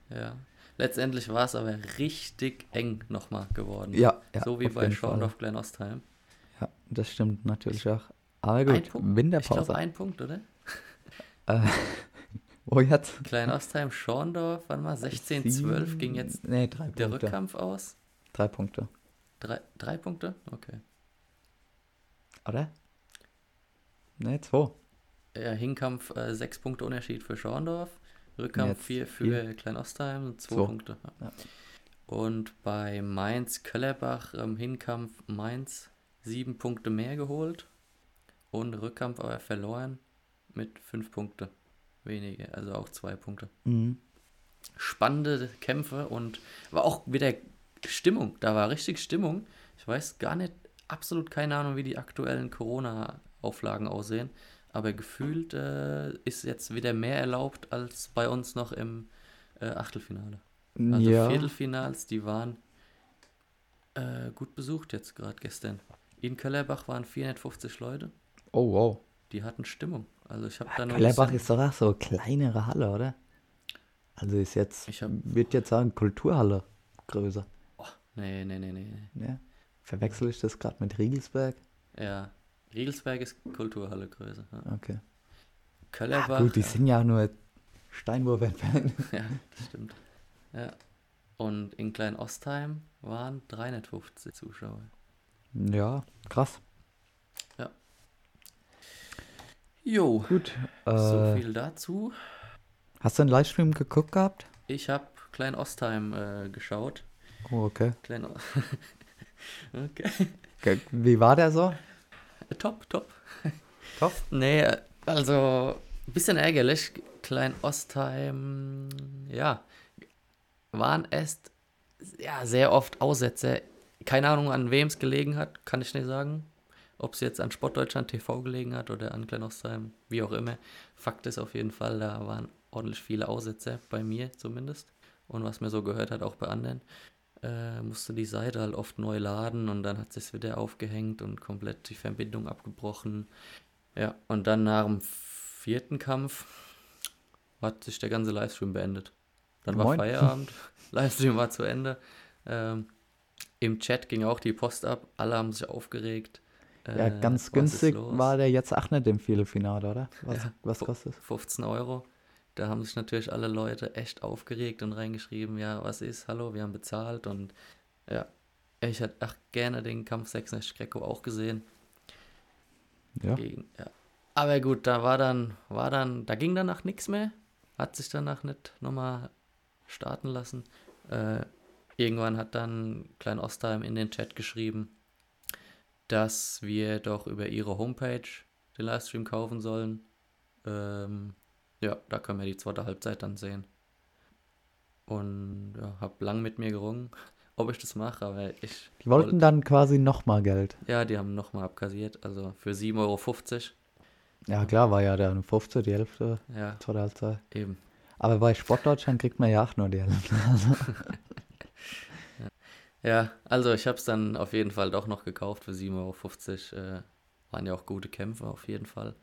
Speaker 1: Ja. Letztendlich war es aber richtig eng nochmal geworden.
Speaker 2: Ja, ja,
Speaker 1: so wie
Speaker 2: auf
Speaker 1: bei
Speaker 2: jeden Fall.
Speaker 1: Schorndorf Kleinostheim.
Speaker 2: Ja, das stimmt natürlich auch. Aber gut,
Speaker 1: Ich glaube,
Speaker 2: Winterpause.
Speaker 1: ein Punkt, oder?
Speaker 2: Wo Oh, jetzt?
Speaker 1: Kleinostheim, Schorndorf, wann mal? 16, 12 ging jetzt
Speaker 2: Nee, drei
Speaker 1: der
Speaker 2: Punkte.
Speaker 1: Rückkampf aus.
Speaker 2: Drei Punkte,
Speaker 1: Drei, drei Punkte? Okay.
Speaker 2: oder? Nee, zwei.
Speaker 1: Ja, Hinkampf äh, sechs Punkte Unterschied für Schorndorf, Rückkampf
Speaker 2: Jetzt
Speaker 1: vier für
Speaker 2: vier.
Speaker 1: Kleinostheim, zwei
Speaker 2: So.
Speaker 1: Punkte. Ja.
Speaker 2: Ja.
Speaker 1: Und bei Mainz Köllerbach ähm, Hinkampf Mainz sieben Punkte mehr geholt und Rückkampf aber verloren mit fünf Punkte weniger, also auch zwei Punkte.
Speaker 2: Mhm.
Speaker 1: Spannende Kämpfe und war auch wieder Stimmung, da war richtig Stimmung. Ich weiß gar nicht, absolut keine Ahnung, wie die aktuellen Corona-Auflagen aussehen, aber gefühlt äh, ist jetzt wieder mehr erlaubt als bei uns noch im äh, Achtelfinale. Also
Speaker 2: ja.
Speaker 1: Viertelfinals, die waren äh, gut besucht jetzt gerade gestern. In Kellerbach waren 450 Leute,
Speaker 2: Oh, wow.
Speaker 1: die hatten Stimmung. Also ich habe da noch ein
Speaker 2: Ah, Köllerbach
Speaker 1: bisschen-
Speaker 2: ist doch auch so eine kleinere Halle, oder? Also ist jetzt,
Speaker 1: Ich
Speaker 2: ich
Speaker 1: hab-
Speaker 2: würde jetzt sagen, Kulturhalle größer.
Speaker 1: Oh, nee, nee, nee, nee, nee.
Speaker 2: Ja. Verwechsel ich das gerade mit Riegelsberg?
Speaker 1: Ja, Riegelsberg ist Kulturhalle Größe. Ja.
Speaker 2: Okay. Ah,
Speaker 1: Köllerbach.
Speaker 2: Gut, die
Speaker 1: ja.
Speaker 2: sind ja nur Steinwurf entfernt.
Speaker 1: Ja, das stimmt. Ja. Und in Klein Ostheim waren 350 Zuschauer.
Speaker 2: ja, krass.
Speaker 1: Jo,
Speaker 2: Gut. Äh,
Speaker 1: so viel dazu.
Speaker 2: Hast du einen Livestream geguckt gehabt?
Speaker 1: Ich habe Klein Ostheim äh, geschaut.
Speaker 2: Oh, okay.
Speaker 1: Klein O- okay.
Speaker 2: Ge- Wie war der so?
Speaker 1: Top, top.
Speaker 2: Top?
Speaker 1: Nee, also ein bisschen ärgerlich. Klein Ostheim, ja, waren es ja, sehr oft Aussätze. Keine Ahnung, an wem es gelegen hat, kann ich nicht sagen. Ob es jetzt an Sportdeutschland TV gelegen hat oder an Klein Ostheim, wie auch immer. Fakt ist auf jeden Fall, da waren ordentlich viele Aussätze, bei mir zumindest. Und was mir so gehört hat, auch bei anderen. Äh, musste die Seite halt oft neu laden und dann hat es wieder aufgehängt und komplett die Verbindung abgebrochen. Ja, und dann nach dem vierten Kampf hat sich der ganze Livestream beendet. Dann war
Speaker 2: Moin.
Speaker 1: Feierabend, Livestream war zu Ende. Ähm, Im Chat ging auch die Post ab, alle haben sich aufgeregt.
Speaker 2: Ja,
Speaker 1: Äh, was
Speaker 2: ganz
Speaker 1: ist
Speaker 2: günstig
Speaker 1: los?
Speaker 2: war der jetzt auch nicht im Viertelfinale, oder? Was,
Speaker 1: Ja. Oh.
Speaker 2: was
Speaker 1: Fu-
Speaker 2: kostet
Speaker 1: 15 Euro. Da haben sich natürlich alle Leute echt aufgeregt und reingeschrieben, ja, was ist, hallo, wir haben bezahlt und ja, ich hätte ach, gerne den Kampf 66 Greco auch gesehen.
Speaker 2: Ja.
Speaker 1: Gegen, ja. Aber gut, da war dann, war dann, da ging danach nichts mehr. Hat sich danach nicht nochmal starten lassen. Äh, irgendwann hat dann Klein Ostheim in den Chat geschrieben, dass wir doch über ihre Homepage den Livestream kaufen sollen. Ähm, ja, da können wir die zweite Halbzeit dann sehen. Und ja, hab lang mit mir gerungen, ob ich das mache, aber ich.
Speaker 2: Die wollten dann quasi nochmal Geld.
Speaker 1: Ja, die haben nochmal abkassiert, also für 7,50 Euro.
Speaker 2: Ja, klar, war ja der 15, die Hälfte,
Speaker 1: Ja,
Speaker 2: zweite Halbzeit.
Speaker 1: eben.
Speaker 2: Aber bei Sportdeutschland kriegt man ja auch nur die Hälfte.
Speaker 1: Ja, also ich habe es dann auf jeden Fall doch noch gekauft für 7,50 Euro. Äh, waren ja auch gute Kämpfe auf jeden Fall.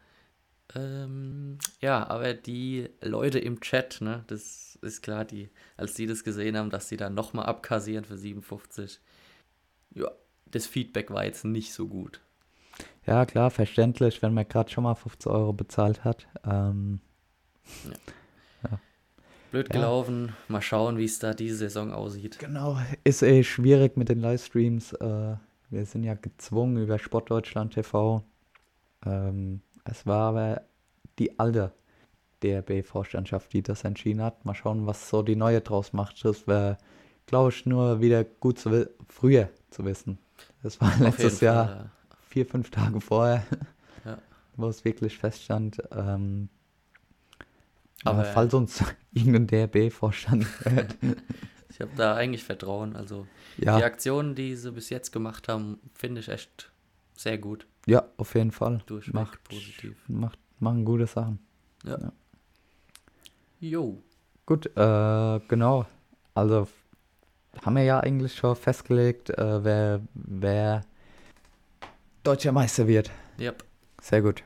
Speaker 1: Ähm, ja, aber die Leute im Chat, ne, das ist klar, die, als die das gesehen haben, dass sie da nochmal abkassieren für 57, ja, das Feedback war jetzt nicht so gut.
Speaker 2: Ja, klar, verständlich, wenn man gerade schon mal 15 Euro bezahlt hat. Ähm,
Speaker 1: Blöd
Speaker 2: Ja.
Speaker 1: gelaufen, mal schauen, wie es da diese Saison aussieht.
Speaker 2: genau, ist eh schwierig mit den Livestreams. Äh, wir sind ja gezwungen über Sportdeutschland TV. Ähm, es war aber die alte DRB-Vorstandschaft, die das entschieden hat. Mal schauen, was so die neue draus macht. Das wäre, glaube ich, nur wieder gut zu wi- früher zu wissen. Das war
Speaker 1: Auf jeden
Speaker 2: letztes
Speaker 1: Fall,
Speaker 2: Jahr.
Speaker 1: ja.
Speaker 2: vier, fünf Tage vorher,
Speaker 1: Ja.
Speaker 2: wo es wirklich feststand. Ähm,
Speaker 1: Aber-
Speaker 2: aber falls uns irgendein DRB-Vorstand hört.
Speaker 1: Ich habe da eigentlich Vertrauen. Also
Speaker 2: ja,
Speaker 1: die
Speaker 2: ja,
Speaker 1: Aktionen, die sie bis jetzt gemacht haben, finde ich echt sehr gut.
Speaker 2: auf jeden Fall.
Speaker 1: Durchweg
Speaker 2: Macht,
Speaker 1: positiv.
Speaker 2: Macht, machen gute Sachen.
Speaker 1: Ja.
Speaker 2: Ja.
Speaker 1: Jo.
Speaker 2: Gut, äh, genau. Also f- haben wir ja eigentlich schon festgelegt, äh, wer, wer deutscher Meister wird.
Speaker 1: Yep.
Speaker 2: Sehr gut.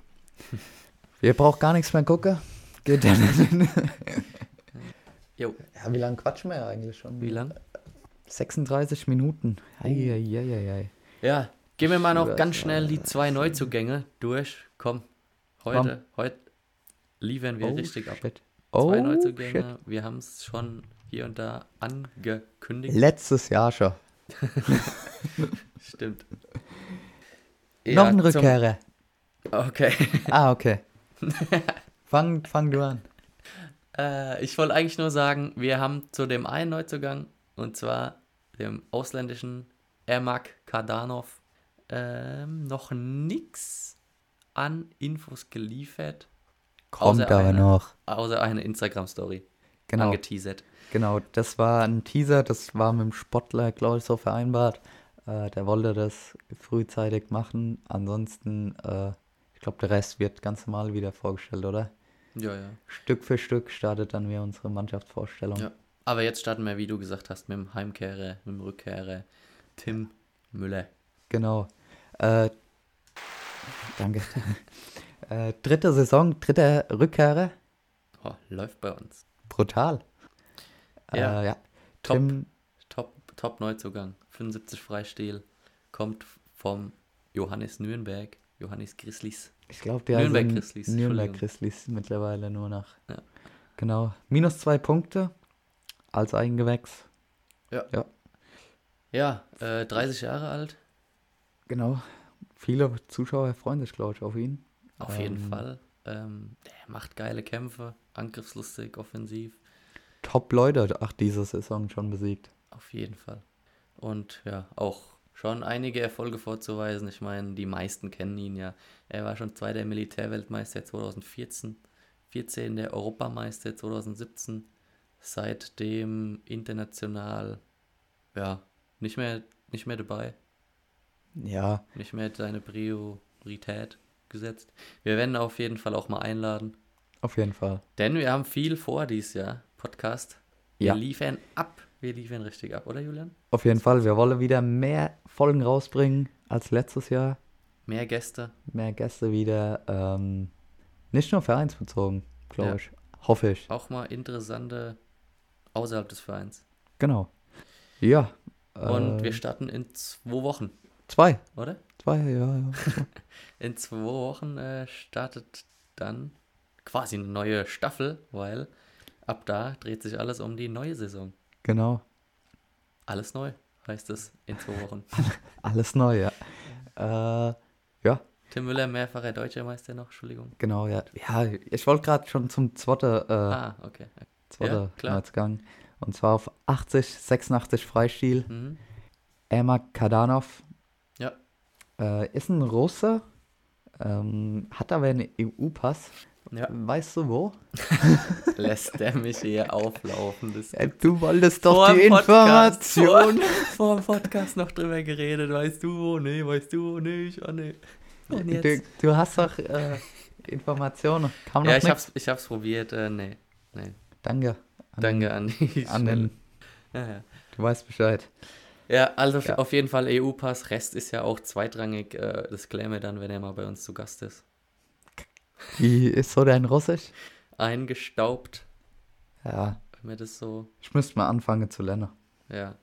Speaker 2: Wir brauchen gar nichts mehr gucken. Geht dann.
Speaker 1: Jo.
Speaker 2: ja, wie lange quatschen wir ja eigentlich schon?
Speaker 1: Wie lang?
Speaker 2: 36 Minuten.
Speaker 1: Oh.
Speaker 2: Eieieiei.
Speaker 1: Ja. Gehen wir mal noch
Speaker 2: Schwör's
Speaker 1: ganz
Speaker 2: mal.
Speaker 1: schnell die zwei Neuzugänge durch. Komm. Heute, heute liefern wir richtig ab.
Speaker 2: Oh, shit.
Speaker 1: Zwei
Speaker 2: Oh, shit.
Speaker 1: Neuzugänge. Wir haben es schon hier und da angekündigt.
Speaker 2: Letztes Jahr schon.
Speaker 1: Stimmt.
Speaker 2: Noch
Speaker 1: Ja,
Speaker 2: ein
Speaker 1: zum-
Speaker 2: Rückkehrer.
Speaker 1: Okay.
Speaker 2: Ah, okay. fang, fang du an.
Speaker 1: Äh, ich wollte eigentlich nur sagen, wir haben zu dem einen Neuzugang, und zwar dem ausländischen Ermak Kadanov, ähm, noch nichts an Infos geliefert,
Speaker 2: Kommt
Speaker 1: Außer
Speaker 2: aber
Speaker 1: einer.
Speaker 2: noch.
Speaker 1: außer eine Instagram-Story
Speaker 2: Genau,
Speaker 1: angeteasert.
Speaker 2: genau. Das war ein Teaser, das war mit dem Sportler, glaube ich, so vereinbart. Äh, der wollte das frühzeitig machen. Ansonsten, äh, ich glaube, der Rest wird ganz normal wieder vorgestellt, oder?
Speaker 1: Ja, ja,
Speaker 2: Stück für Stück startet dann wieder unsere Mannschaftsvorstellung.
Speaker 1: ja. Aber jetzt starten wir, wie du gesagt hast, mit dem Heimkehrer, mit dem Rückkehrer, Tim Müller.
Speaker 2: Genau. Äh, danke. äh, dritte Saison, dritter Rückkehrer.
Speaker 1: Oh, läuft bei uns.
Speaker 2: Brutal.
Speaker 1: Ja.
Speaker 2: Äh, ja.
Speaker 1: Top.
Speaker 2: Tim,
Speaker 1: Top, top Neuzugang. 75 Freistil. Kommt vom Johannes Nürnberg. Johannes Grizzlies.
Speaker 2: ich glaube, der
Speaker 1: Nürnberg
Speaker 2: sind
Speaker 1: Grizzlies,
Speaker 2: Nürnberg
Speaker 1: Entschuldigung.
Speaker 2: Grizzlies mittlerweile nur noch.
Speaker 1: Ja.
Speaker 2: Genau. Minus zwei Punkte als Eigengewächs.
Speaker 1: Ja.
Speaker 2: Ja.
Speaker 1: Ja, äh, 30 Jahre alt.
Speaker 2: Genau. Viele Zuschauer freuen sich, glaube ich, auf ihn.
Speaker 1: Auf
Speaker 2: Ähm,
Speaker 1: jeden Fall. Ähm, der macht geile Kämpfe, angriffslustig, offensiv.
Speaker 2: Top-Leute, ach, diese Saison schon besiegt.
Speaker 1: Auf jeden Fall. Und ja, auch schon einige Erfolge vorzuweisen. Ich meine, die meisten kennen ihn ja. Er war schon zweiter Militärweltmeister 2014, 14 der Europameister 2017. Seitdem international, ja, nicht mehr, nicht mehr dabei,
Speaker 2: Ja,
Speaker 1: nicht mehr seine Priorität gesetzt. Wir werden auf jeden Fall auch mal einladen,
Speaker 2: auf jeden Fall.
Speaker 1: denn wir haben viel vor dieses Jahr. Podcast. Wir
Speaker 2: Ja.
Speaker 1: liefern ab. Wir liefern richtig ab, oder Julian?
Speaker 2: Auf jeden Fall. Wir wollen wieder mehr Folgen rausbringen als letztes Jahr.
Speaker 1: Mehr Gäste.
Speaker 2: Mehr Gäste wieder. Ähm, nicht nur vereinsbezogen, glaube
Speaker 1: Ja.
Speaker 2: ich. Hoffe ich.
Speaker 1: Auch mal interessante außerhalb des Vereins.
Speaker 2: Genau. Ja.
Speaker 1: Und
Speaker 2: äh,
Speaker 1: wir starten in zwei Wochen,
Speaker 2: Zwei.
Speaker 1: oder?
Speaker 2: Zwei, ja, ja.
Speaker 1: In zwei Wochen äh, startet dann quasi eine neue Staffel, weil ab da dreht sich alles um die neue Saison.
Speaker 2: genau.
Speaker 1: Alles neu heißt es in zwei Wochen.
Speaker 2: Alles neu, ja. Äh, ja,
Speaker 1: Tim Müller, mehrfacher deutscher Meister noch, Entschuldigung.
Speaker 2: genau, ja. Ja, ich wollte gerade schon zum zweiten äh,
Speaker 1: Ah, okay. Ja,
Speaker 2: zweite
Speaker 1: klar.
Speaker 2: Neuzgang. Und zwar auf 80, 86 Freistil.
Speaker 1: Mhm.
Speaker 2: Emma Kadanov
Speaker 1: Ja,
Speaker 2: äh, ist ein Russe, ähm, hat aber einen EU-Pass.
Speaker 1: Ja.
Speaker 2: Weißt du wo?
Speaker 1: lässt der mich hier auflaufen. Das
Speaker 2: Äh, Du wolltest doch die
Speaker 1: dem Podcast,
Speaker 2: Information.
Speaker 1: Vor, vor dem Podcast noch drüber geredet. Weißt du wo? Nee, weißt du wo? Nee, ich auch nee. Und
Speaker 2: Du,
Speaker 1: jetzt?
Speaker 2: du hast doch äh, Informationen. Kam noch
Speaker 1: Ja, ich
Speaker 2: nichts.
Speaker 1: hab's, ich hab's probiert. Äh, nee, nee.
Speaker 2: Danke. An,
Speaker 1: Danke an die
Speaker 2: An
Speaker 1: Stelle.
Speaker 2: den,
Speaker 1: Ja, ja.
Speaker 2: du weißt Bescheid.
Speaker 1: ja, also
Speaker 2: Ja.
Speaker 1: auf jeden Fall EU-Pass. Rest ist ja auch zweitrangig. Äh, das klären wir dann, wenn er mal bei uns zu Gast ist.
Speaker 2: Wie ist so dein Russisch?
Speaker 1: Eingestaubt,
Speaker 2: Ja,
Speaker 1: wenn wir das so.
Speaker 2: ich müsste mal anfangen zu lernen.
Speaker 1: Ja.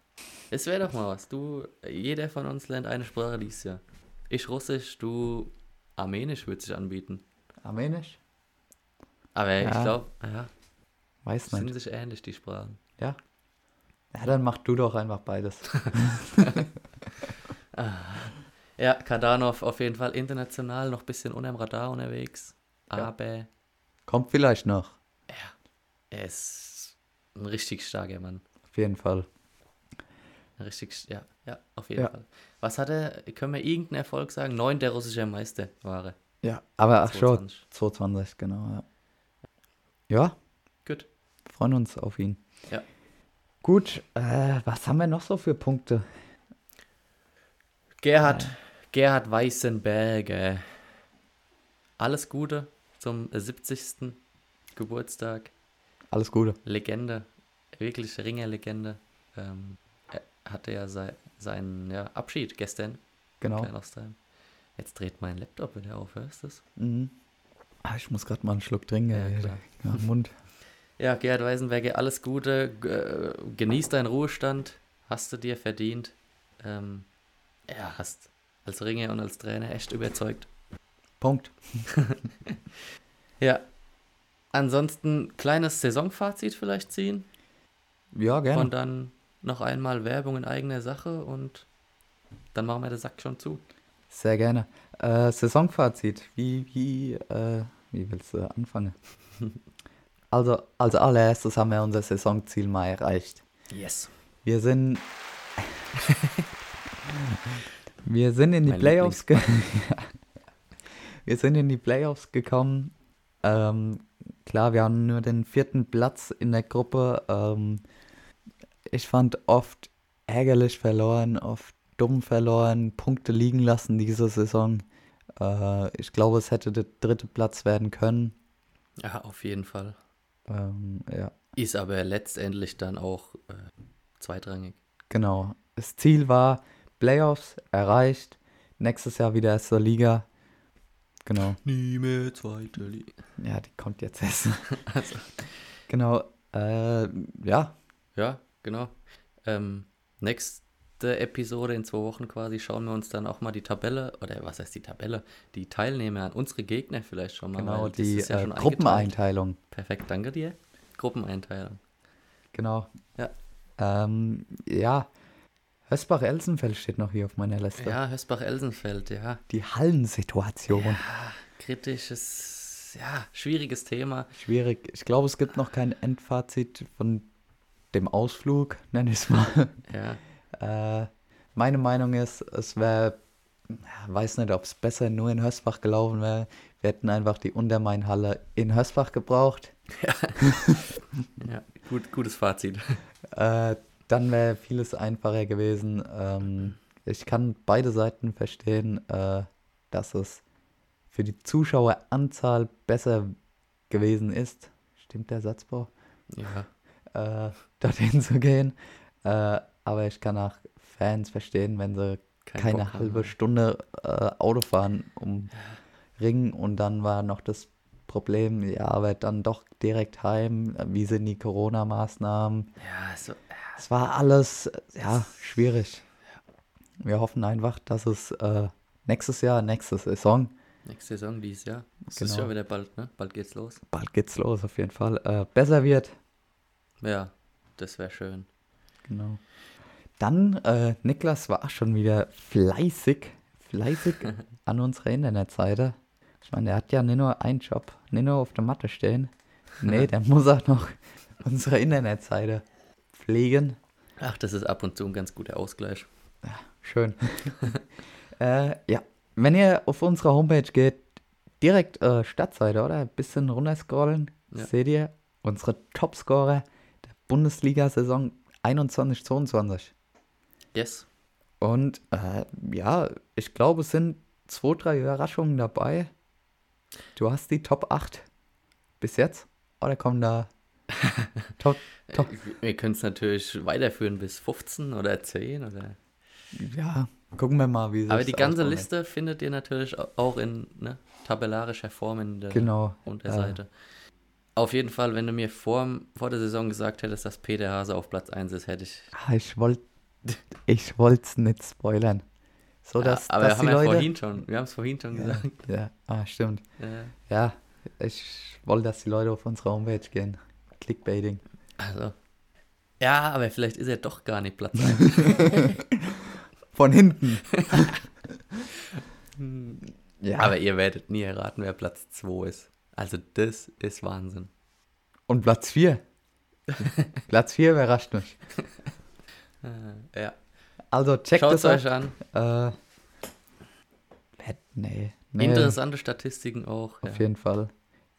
Speaker 1: Es wäre doch mal was. Du, jeder von uns lernt eine Sprache dies Jahr. Ich Russisch, du Armenisch würde sich anbieten.
Speaker 2: Armenisch?
Speaker 1: Aber ich
Speaker 2: Ja.
Speaker 1: glaube, ja,
Speaker 2: Weiß
Speaker 1: sind
Speaker 2: nicht.
Speaker 1: sich ähnlich, die Sprachen.
Speaker 2: Ja. Ja, dann mach du doch einfach beides.
Speaker 1: Ja, Kadanov auf jeden Fall international noch ein bisschen unterm Radar unterwegs.
Speaker 2: Ja.
Speaker 1: Aber
Speaker 2: Kommt vielleicht noch.
Speaker 1: er ist ein richtig starker Mann.
Speaker 2: Auf jeden Fall.
Speaker 1: Richtig, st- ja, ja, auf jeden
Speaker 2: Ja.
Speaker 1: Fall. Was hat er, können wir irgendeinen Erfolg sagen? Neun der russische Meister war er.
Speaker 2: Ja. Aber ach schon,
Speaker 1: 22.
Speaker 2: 22, genau. Ja. ja,
Speaker 1: Gut.
Speaker 2: freuen uns auf ihn.
Speaker 1: Ja.
Speaker 2: Gut, äh, was haben wir noch so für Punkte?
Speaker 1: Gerhard, Gerhard Weißenberger. Alles Gute zum 70. Geburtstag.
Speaker 2: Alles Gute.
Speaker 1: Legende, wirklich Ringerlegende. Ähm, er hatte ja sei, seinen ja, Abschied gestern,
Speaker 2: Genau.
Speaker 1: Klein Ostheim. Jetzt dreht mein Laptop wieder auf, hörst du es?
Speaker 2: Mhm. Ah, ich muss gerade mal einen Schluck trinken.
Speaker 1: Ja,
Speaker 2: ey.
Speaker 1: klar.
Speaker 2: Ja, Mund.
Speaker 1: Ja, Gerhard Weisenberger, alles Gute. G- äh, Genieß deinen Ruhestand. Hast du dir verdient. Ähm, ja, hast als Ringer und als Trainer echt überzeugt.
Speaker 2: Punkt.
Speaker 1: Ja. Ansonsten kleines Saisonfazit vielleicht ziehen
Speaker 2: Ja, gerne.
Speaker 1: und dann noch einmal Werbung in eigener Sache und dann machen wir den Sack schon zu.
Speaker 2: Sehr gerne. Äh, Saisonfazit. Wie, wie, äh, wie willst du anfangen? also, als allererstes haben wir unser Saisonziel mal erreicht.
Speaker 1: Yes.
Speaker 2: Wir sind. wir sind in die
Speaker 1: Mein
Speaker 2: Playoffs. Ge wir sind in die Playoffs gekommen. Ähm, klar, wir haben nur den vierten Platz in der Gruppe. Ähm, ich fand oft ärgerlich verloren, oft dumm verloren, Punkte liegen lassen diese Saison. Äh, ich glaube, es hätte der dritte Platz werden können.
Speaker 1: Ja, auf jeden Fall.
Speaker 2: Ähm, ja.
Speaker 1: Ist aber letztendlich dann auch äh, zweitrangig.
Speaker 2: Genau. Das Ziel war Playoffs erreicht. Nächstes Jahr wieder erste Liga. Genau.
Speaker 1: Nie mehr zweite Liga.
Speaker 2: Ja, die kommt jetzt erst. Also, Genau. Äh, ja,
Speaker 1: Ja, genau. Ähm, nächste Episode in zwei Wochen quasi schauen wir uns dann auch mal die Tabelle, oder was heißt die Tabelle? Die Teilnehmer an unsere Gegner vielleicht schon mal.
Speaker 2: genau.
Speaker 1: weil das
Speaker 2: Die
Speaker 1: ist ja
Speaker 2: äh,
Speaker 1: halt schon eingeteilt.
Speaker 2: Gruppeneinteilung.
Speaker 1: Perfekt, danke dir. Gruppeneinteilung.
Speaker 2: Genau.
Speaker 1: Ja.
Speaker 2: Ähm, ja. Hösbach-Elsenfeld steht noch hier auf meiner Liste.
Speaker 1: Ja, Hösbach-Elsenfeld, ja.
Speaker 2: Die Hallensituation.
Speaker 1: Kritisches ist ja schwieriges Thema.
Speaker 2: Schwierig. Ich glaube, es gibt noch kein Endfazit von dem Ausflug, nenne ich es mal.
Speaker 1: Ja.
Speaker 2: Äh, meine Meinung ist, es wäre, weiß nicht, ob es besser nur in Hösbach gelaufen wäre. Wir hätten einfach die Untermainhalle in Hösbach gebraucht.
Speaker 1: ja. Gut, gutes Fazit.
Speaker 2: Äh, dann wäre vieles einfacher gewesen. Ähm, ich kann beide Seiten verstehen, äh, dass es für die Zuschaueranzahl besser gewesen ist. Stimmt der Satzbau?
Speaker 1: Ja.
Speaker 2: Äh, dorthin zu gehen. Äh, aber ich kann auch Fans verstehen, wenn sie
Speaker 1: Kein
Speaker 2: keine
Speaker 1: Bock haben, ne?
Speaker 2: halbe
Speaker 1: ja.
Speaker 2: Stunde äh, Auto fahren um Ring und dann war noch das Problem, ja, aber dann doch direkt heim. Wie sind die Corona-Maßnahmen?
Speaker 1: Ja, so,
Speaker 2: Es war alles ja schwierig. Wir hoffen einfach, dass es äh, nächstes Jahr, nächste Saison,
Speaker 1: nächste Saison dieses Jahr. Es ist
Speaker 2: Genau.
Speaker 1: schon wieder bald, ne? Bald geht's los.
Speaker 2: bald geht's los auf jeden Fall, äh, besser wird.
Speaker 1: Ja, das wäre schön.
Speaker 2: Genau. Dann, äh, Niklas war schon wieder fleißig, fleißig an unserer Internetseite. Ich meine, der hat ja nicht nur einen Job, nicht nur auf der Matte stehen. Nee, der muss auch noch unsere Internetseite pflegen.
Speaker 1: Ach, das ist ab und zu ein ganz guter Ausgleich.
Speaker 2: Schön. äh, ja, wenn ihr auf unsere Homepage geht, direkt äh, Stadtseite, oder? Ein bisschen runterscrollen,
Speaker 1: Ja.
Speaker 2: seht ihr unsere Topscorer der Bundesliga-Saison 21-22.
Speaker 1: Yes.
Speaker 2: Und äh, ja, ich glaube, es sind zwei, drei Überraschungen dabei. Du hast die Top 8 bis jetzt. Oder kommen da Top, Top
Speaker 1: Wir können es natürlich weiterführen bis 15 oder 10 oder.
Speaker 2: ja, gucken wir mal, wie sich
Speaker 1: Aber die ganze
Speaker 2: auswandert.
Speaker 1: Liste findet ihr natürlich au- auch in ne, tabellarischer Form in der
Speaker 2: Genau.
Speaker 1: Unterseite. Auf jeden Fall, wenn du mir vor, vor der Saison gesagt hättest, dass Peter Hase auf Platz 1 ist, hätte ich.
Speaker 2: Ah, ich wollte ich wollt's nicht spoilern. So dass,
Speaker 1: ja, aber
Speaker 2: dass
Speaker 1: haben
Speaker 2: die
Speaker 1: wir
Speaker 2: Leute
Speaker 1: vorhin schon. Wir haben es vorhin schon gesagt.
Speaker 2: ja, ah, stimmt.
Speaker 1: Äh,
Speaker 2: Ja, ich wollte, dass die Leute auf unsere Homepage gehen. Clickbaiting.
Speaker 1: also. Ja, aber vielleicht ist er doch gar nicht Platz 1.
Speaker 2: Von hinten. ja,
Speaker 1: Hm. Aber ihr werdet nie erraten, wer Platz 2 ist. Also, das ist Wahnsinn.
Speaker 2: und Platz 4. Platz 4 überrascht mich.
Speaker 1: Äh, ja.
Speaker 2: Also checkt
Speaker 1: Schaut
Speaker 2: es
Speaker 1: es
Speaker 2: euch
Speaker 1: euch an.
Speaker 2: Äh, Bett, nee, nee.
Speaker 1: Interessante Statistiken auch.
Speaker 2: Auf
Speaker 1: Ja.
Speaker 2: jeden Fall.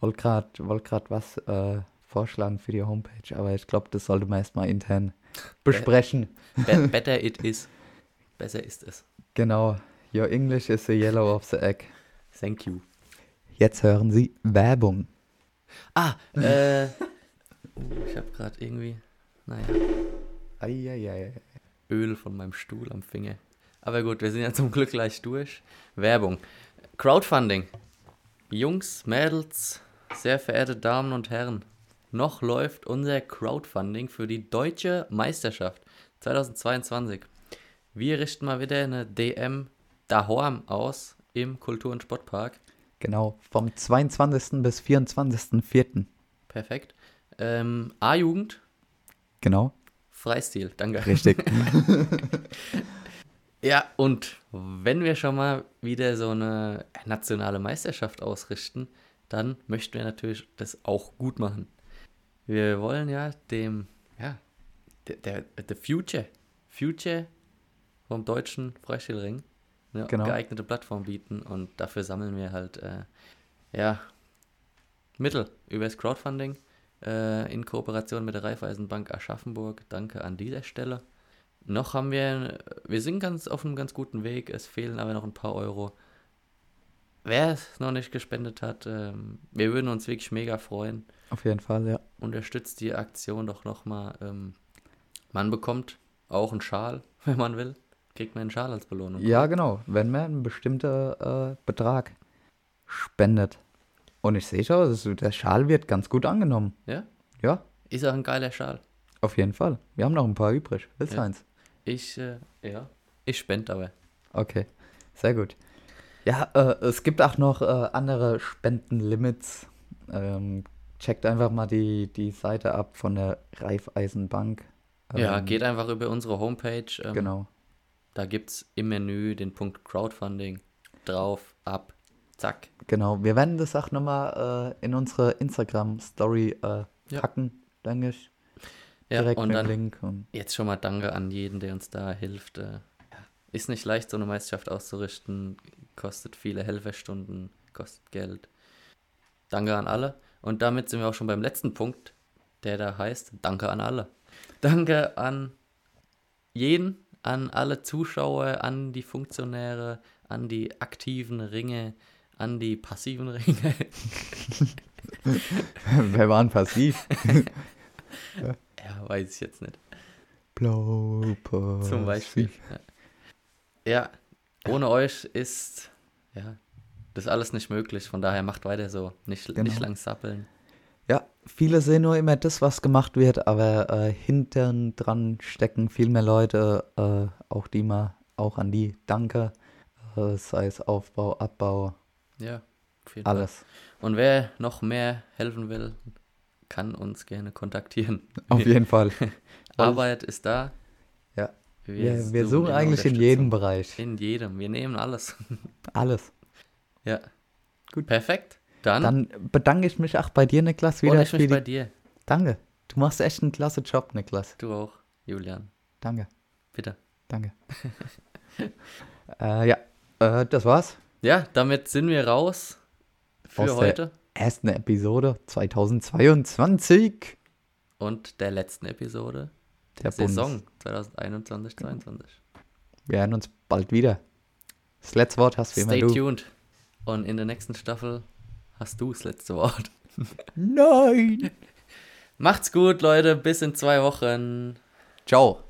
Speaker 2: Wollte gerade wollt grad was äh, vorschlagen für die Homepage, aber ich glaube, das sollte man erstmal intern besprechen.
Speaker 1: Be better it is. Besser ist es.
Speaker 2: Genau. Your English is the yellow of the egg.
Speaker 1: Thank you.
Speaker 2: Jetzt hören Sie Werbung.
Speaker 1: Ah, äh. uh, ich habe gerade irgendwie, naja,
Speaker 2: Eieiei.
Speaker 1: Öl von meinem Stuhl am Finger. Aber gut, wir sind ja zum Glück gleich durch. Werbung. Crowdfunding. Jungs, Mädels, sehr verehrte Damen und Herren, noch läuft unser Crowdfunding für die deutsche Meisterschaft 2022. Wir richten mal wieder eine DM daheim aus im Kultur- und Sportpark.
Speaker 2: Genau, vom 22. bis 24.04.
Speaker 1: Perfekt. Ähm, A-Jugend,
Speaker 2: Genau,
Speaker 1: Freistil, danke.
Speaker 2: richtig.
Speaker 1: Ja, und wenn wir schon mal wieder so eine nationale Meisterschaft ausrichten, dann möchten wir natürlich das auch gut machen. Wir wollen ja dem, ja, der, der, der Future, Future vom deutschen Freistilring eine
Speaker 2: Genau.
Speaker 1: geeignete Plattform bieten und dafür sammeln wir halt, äh, ja, Mittel über das Crowdfunding äh, in Kooperation mit der Raiffeisenbank Aschaffenburg. Danke an dieser Stelle. Noch haben wir, wir sind ganz auf einem ganz guten Weg, es fehlen aber noch ein paar Euro. Wer es noch nicht gespendet hat, ähm, wir würden uns wirklich mega freuen.
Speaker 2: Auf jeden Fall, ja.
Speaker 1: Unterstützt die Aktion doch nochmal. Ähm, man bekommt auch einen Schal, wenn man will. Kriegt man einen Schal als Belohnung.
Speaker 2: Ja, genau. Wenn man einen bestimmten äh, Betrag spendet. Und ich sehe schon, das- der Schal wird ganz gut angenommen.
Speaker 1: Ja?
Speaker 2: Ja,
Speaker 1: Ist auch ein geiler Schal.
Speaker 2: auf jeden Fall. Wir haben noch ein paar übrig. Willst du
Speaker 1: Ja.
Speaker 2: eins?
Speaker 1: Ich, äh, ja, ich spende aber.
Speaker 2: Okay, sehr gut. Ja, äh, es gibt auch noch äh, andere Spendenlimits. Ähm, checkt einfach mal die, die Seite ab von der Raiffeisenbank. Ähm,
Speaker 1: ja, geht einfach über unsere Homepage. Ähm,
Speaker 2: Genau.
Speaker 1: Da gibt es im Menü den Punkt Crowdfunding. Drauf, ab, Zack.
Speaker 2: Genau, wir werden das auch nochmal äh, in unsere Instagram-Story äh,
Speaker 1: Ja.
Speaker 2: packen, denke ich.
Speaker 1: Ja,
Speaker 2: Direkt
Speaker 1: und
Speaker 2: mit
Speaker 1: dann
Speaker 2: Link. Und
Speaker 1: jetzt schon mal Danke an jeden, der uns da hilft. Äh, ja. Ist nicht leicht, so eine Meisterschaft auszurichten. Kostet viele Helferstunden, kostet Geld. Danke an alle. Und damit sind wir auch schon beim letzten Punkt, der da heißt Danke an alle. Danke an jeden, an alle Zuschauer, an die Funktionäre, an die aktiven Ringe, an die passiven Ringe.
Speaker 2: wir waren passiv.
Speaker 1: ja, weiß ich jetzt nicht.
Speaker 2: Blau, passiv.
Speaker 1: Zum Beispiel. Ja, ohne euch ist ja, das alles nicht möglich. Von daher macht weiter so. Nicht, nicht
Speaker 2: Genau.
Speaker 1: lang sappeln.
Speaker 2: Ja, viele sehen nur immer das, was gemacht wird, aber äh, hintern dran stecken viel mehr Leute, äh, auch die mal, auch an die Danke, äh, sei es Aufbau, Abbau,
Speaker 1: Ja, auf jeden Fall.
Speaker 2: alles.
Speaker 1: Und wer noch mehr helfen will, kann uns gerne kontaktieren.
Speaker 2: Auf jeden Fall.
Speaker 1: Arbeit ist da.
Speaker 2: Ja, wir, wir, suchen,
Speaker 1: immer
Speaker 2: eigentlich in jedem Bereich.
Speaker 1: In jedem. Wir nehmen alles.
Speaker 2: Alles.
Speaker 1: ja. Gut. Perfekt. Dann,
Speaker 2: Dann bedanke ich mich auch bei dir, Niklas,
Speaker 1: freue Genau.
Speaker 2: wieder
Speaker 1: ich
Speaker 2: für
Speaker 1: mich bei
Speaker 2: die.
Speaker 1: dir.
Speaker 2: Danke. Du machst echt einen klasse Job, Niklas.
Speaker 1: Du auch, Julian.
Speaker 2: Danke,
Speaker 1: Bitte.
Speaker 2: danke. äh, ja, äh, das war's.
Speaker 1: Ja, damit sind wir raus für
Speaker 2: Aus der-
Speaker 1: heute
Speaker 2: Ersten Episode 2022
Speaker 1: und der letzten Episode
Speaker 2: der Genau.
Speaker 1: Saison 2021, 22
Speaker 2: Wir hören uns bald wieder. Das letzte Wort hast wie immer
Speaker 1: Stay
Speaker 2: du.
Speaker 1: tuned. Und in der nächsten Staffel hast du das letzte Wort.
Speaker 2: Nein!
Speaker 1: Macht's gut, Leute. Bis in zwei Wochen.
Speaker 2: Ciao.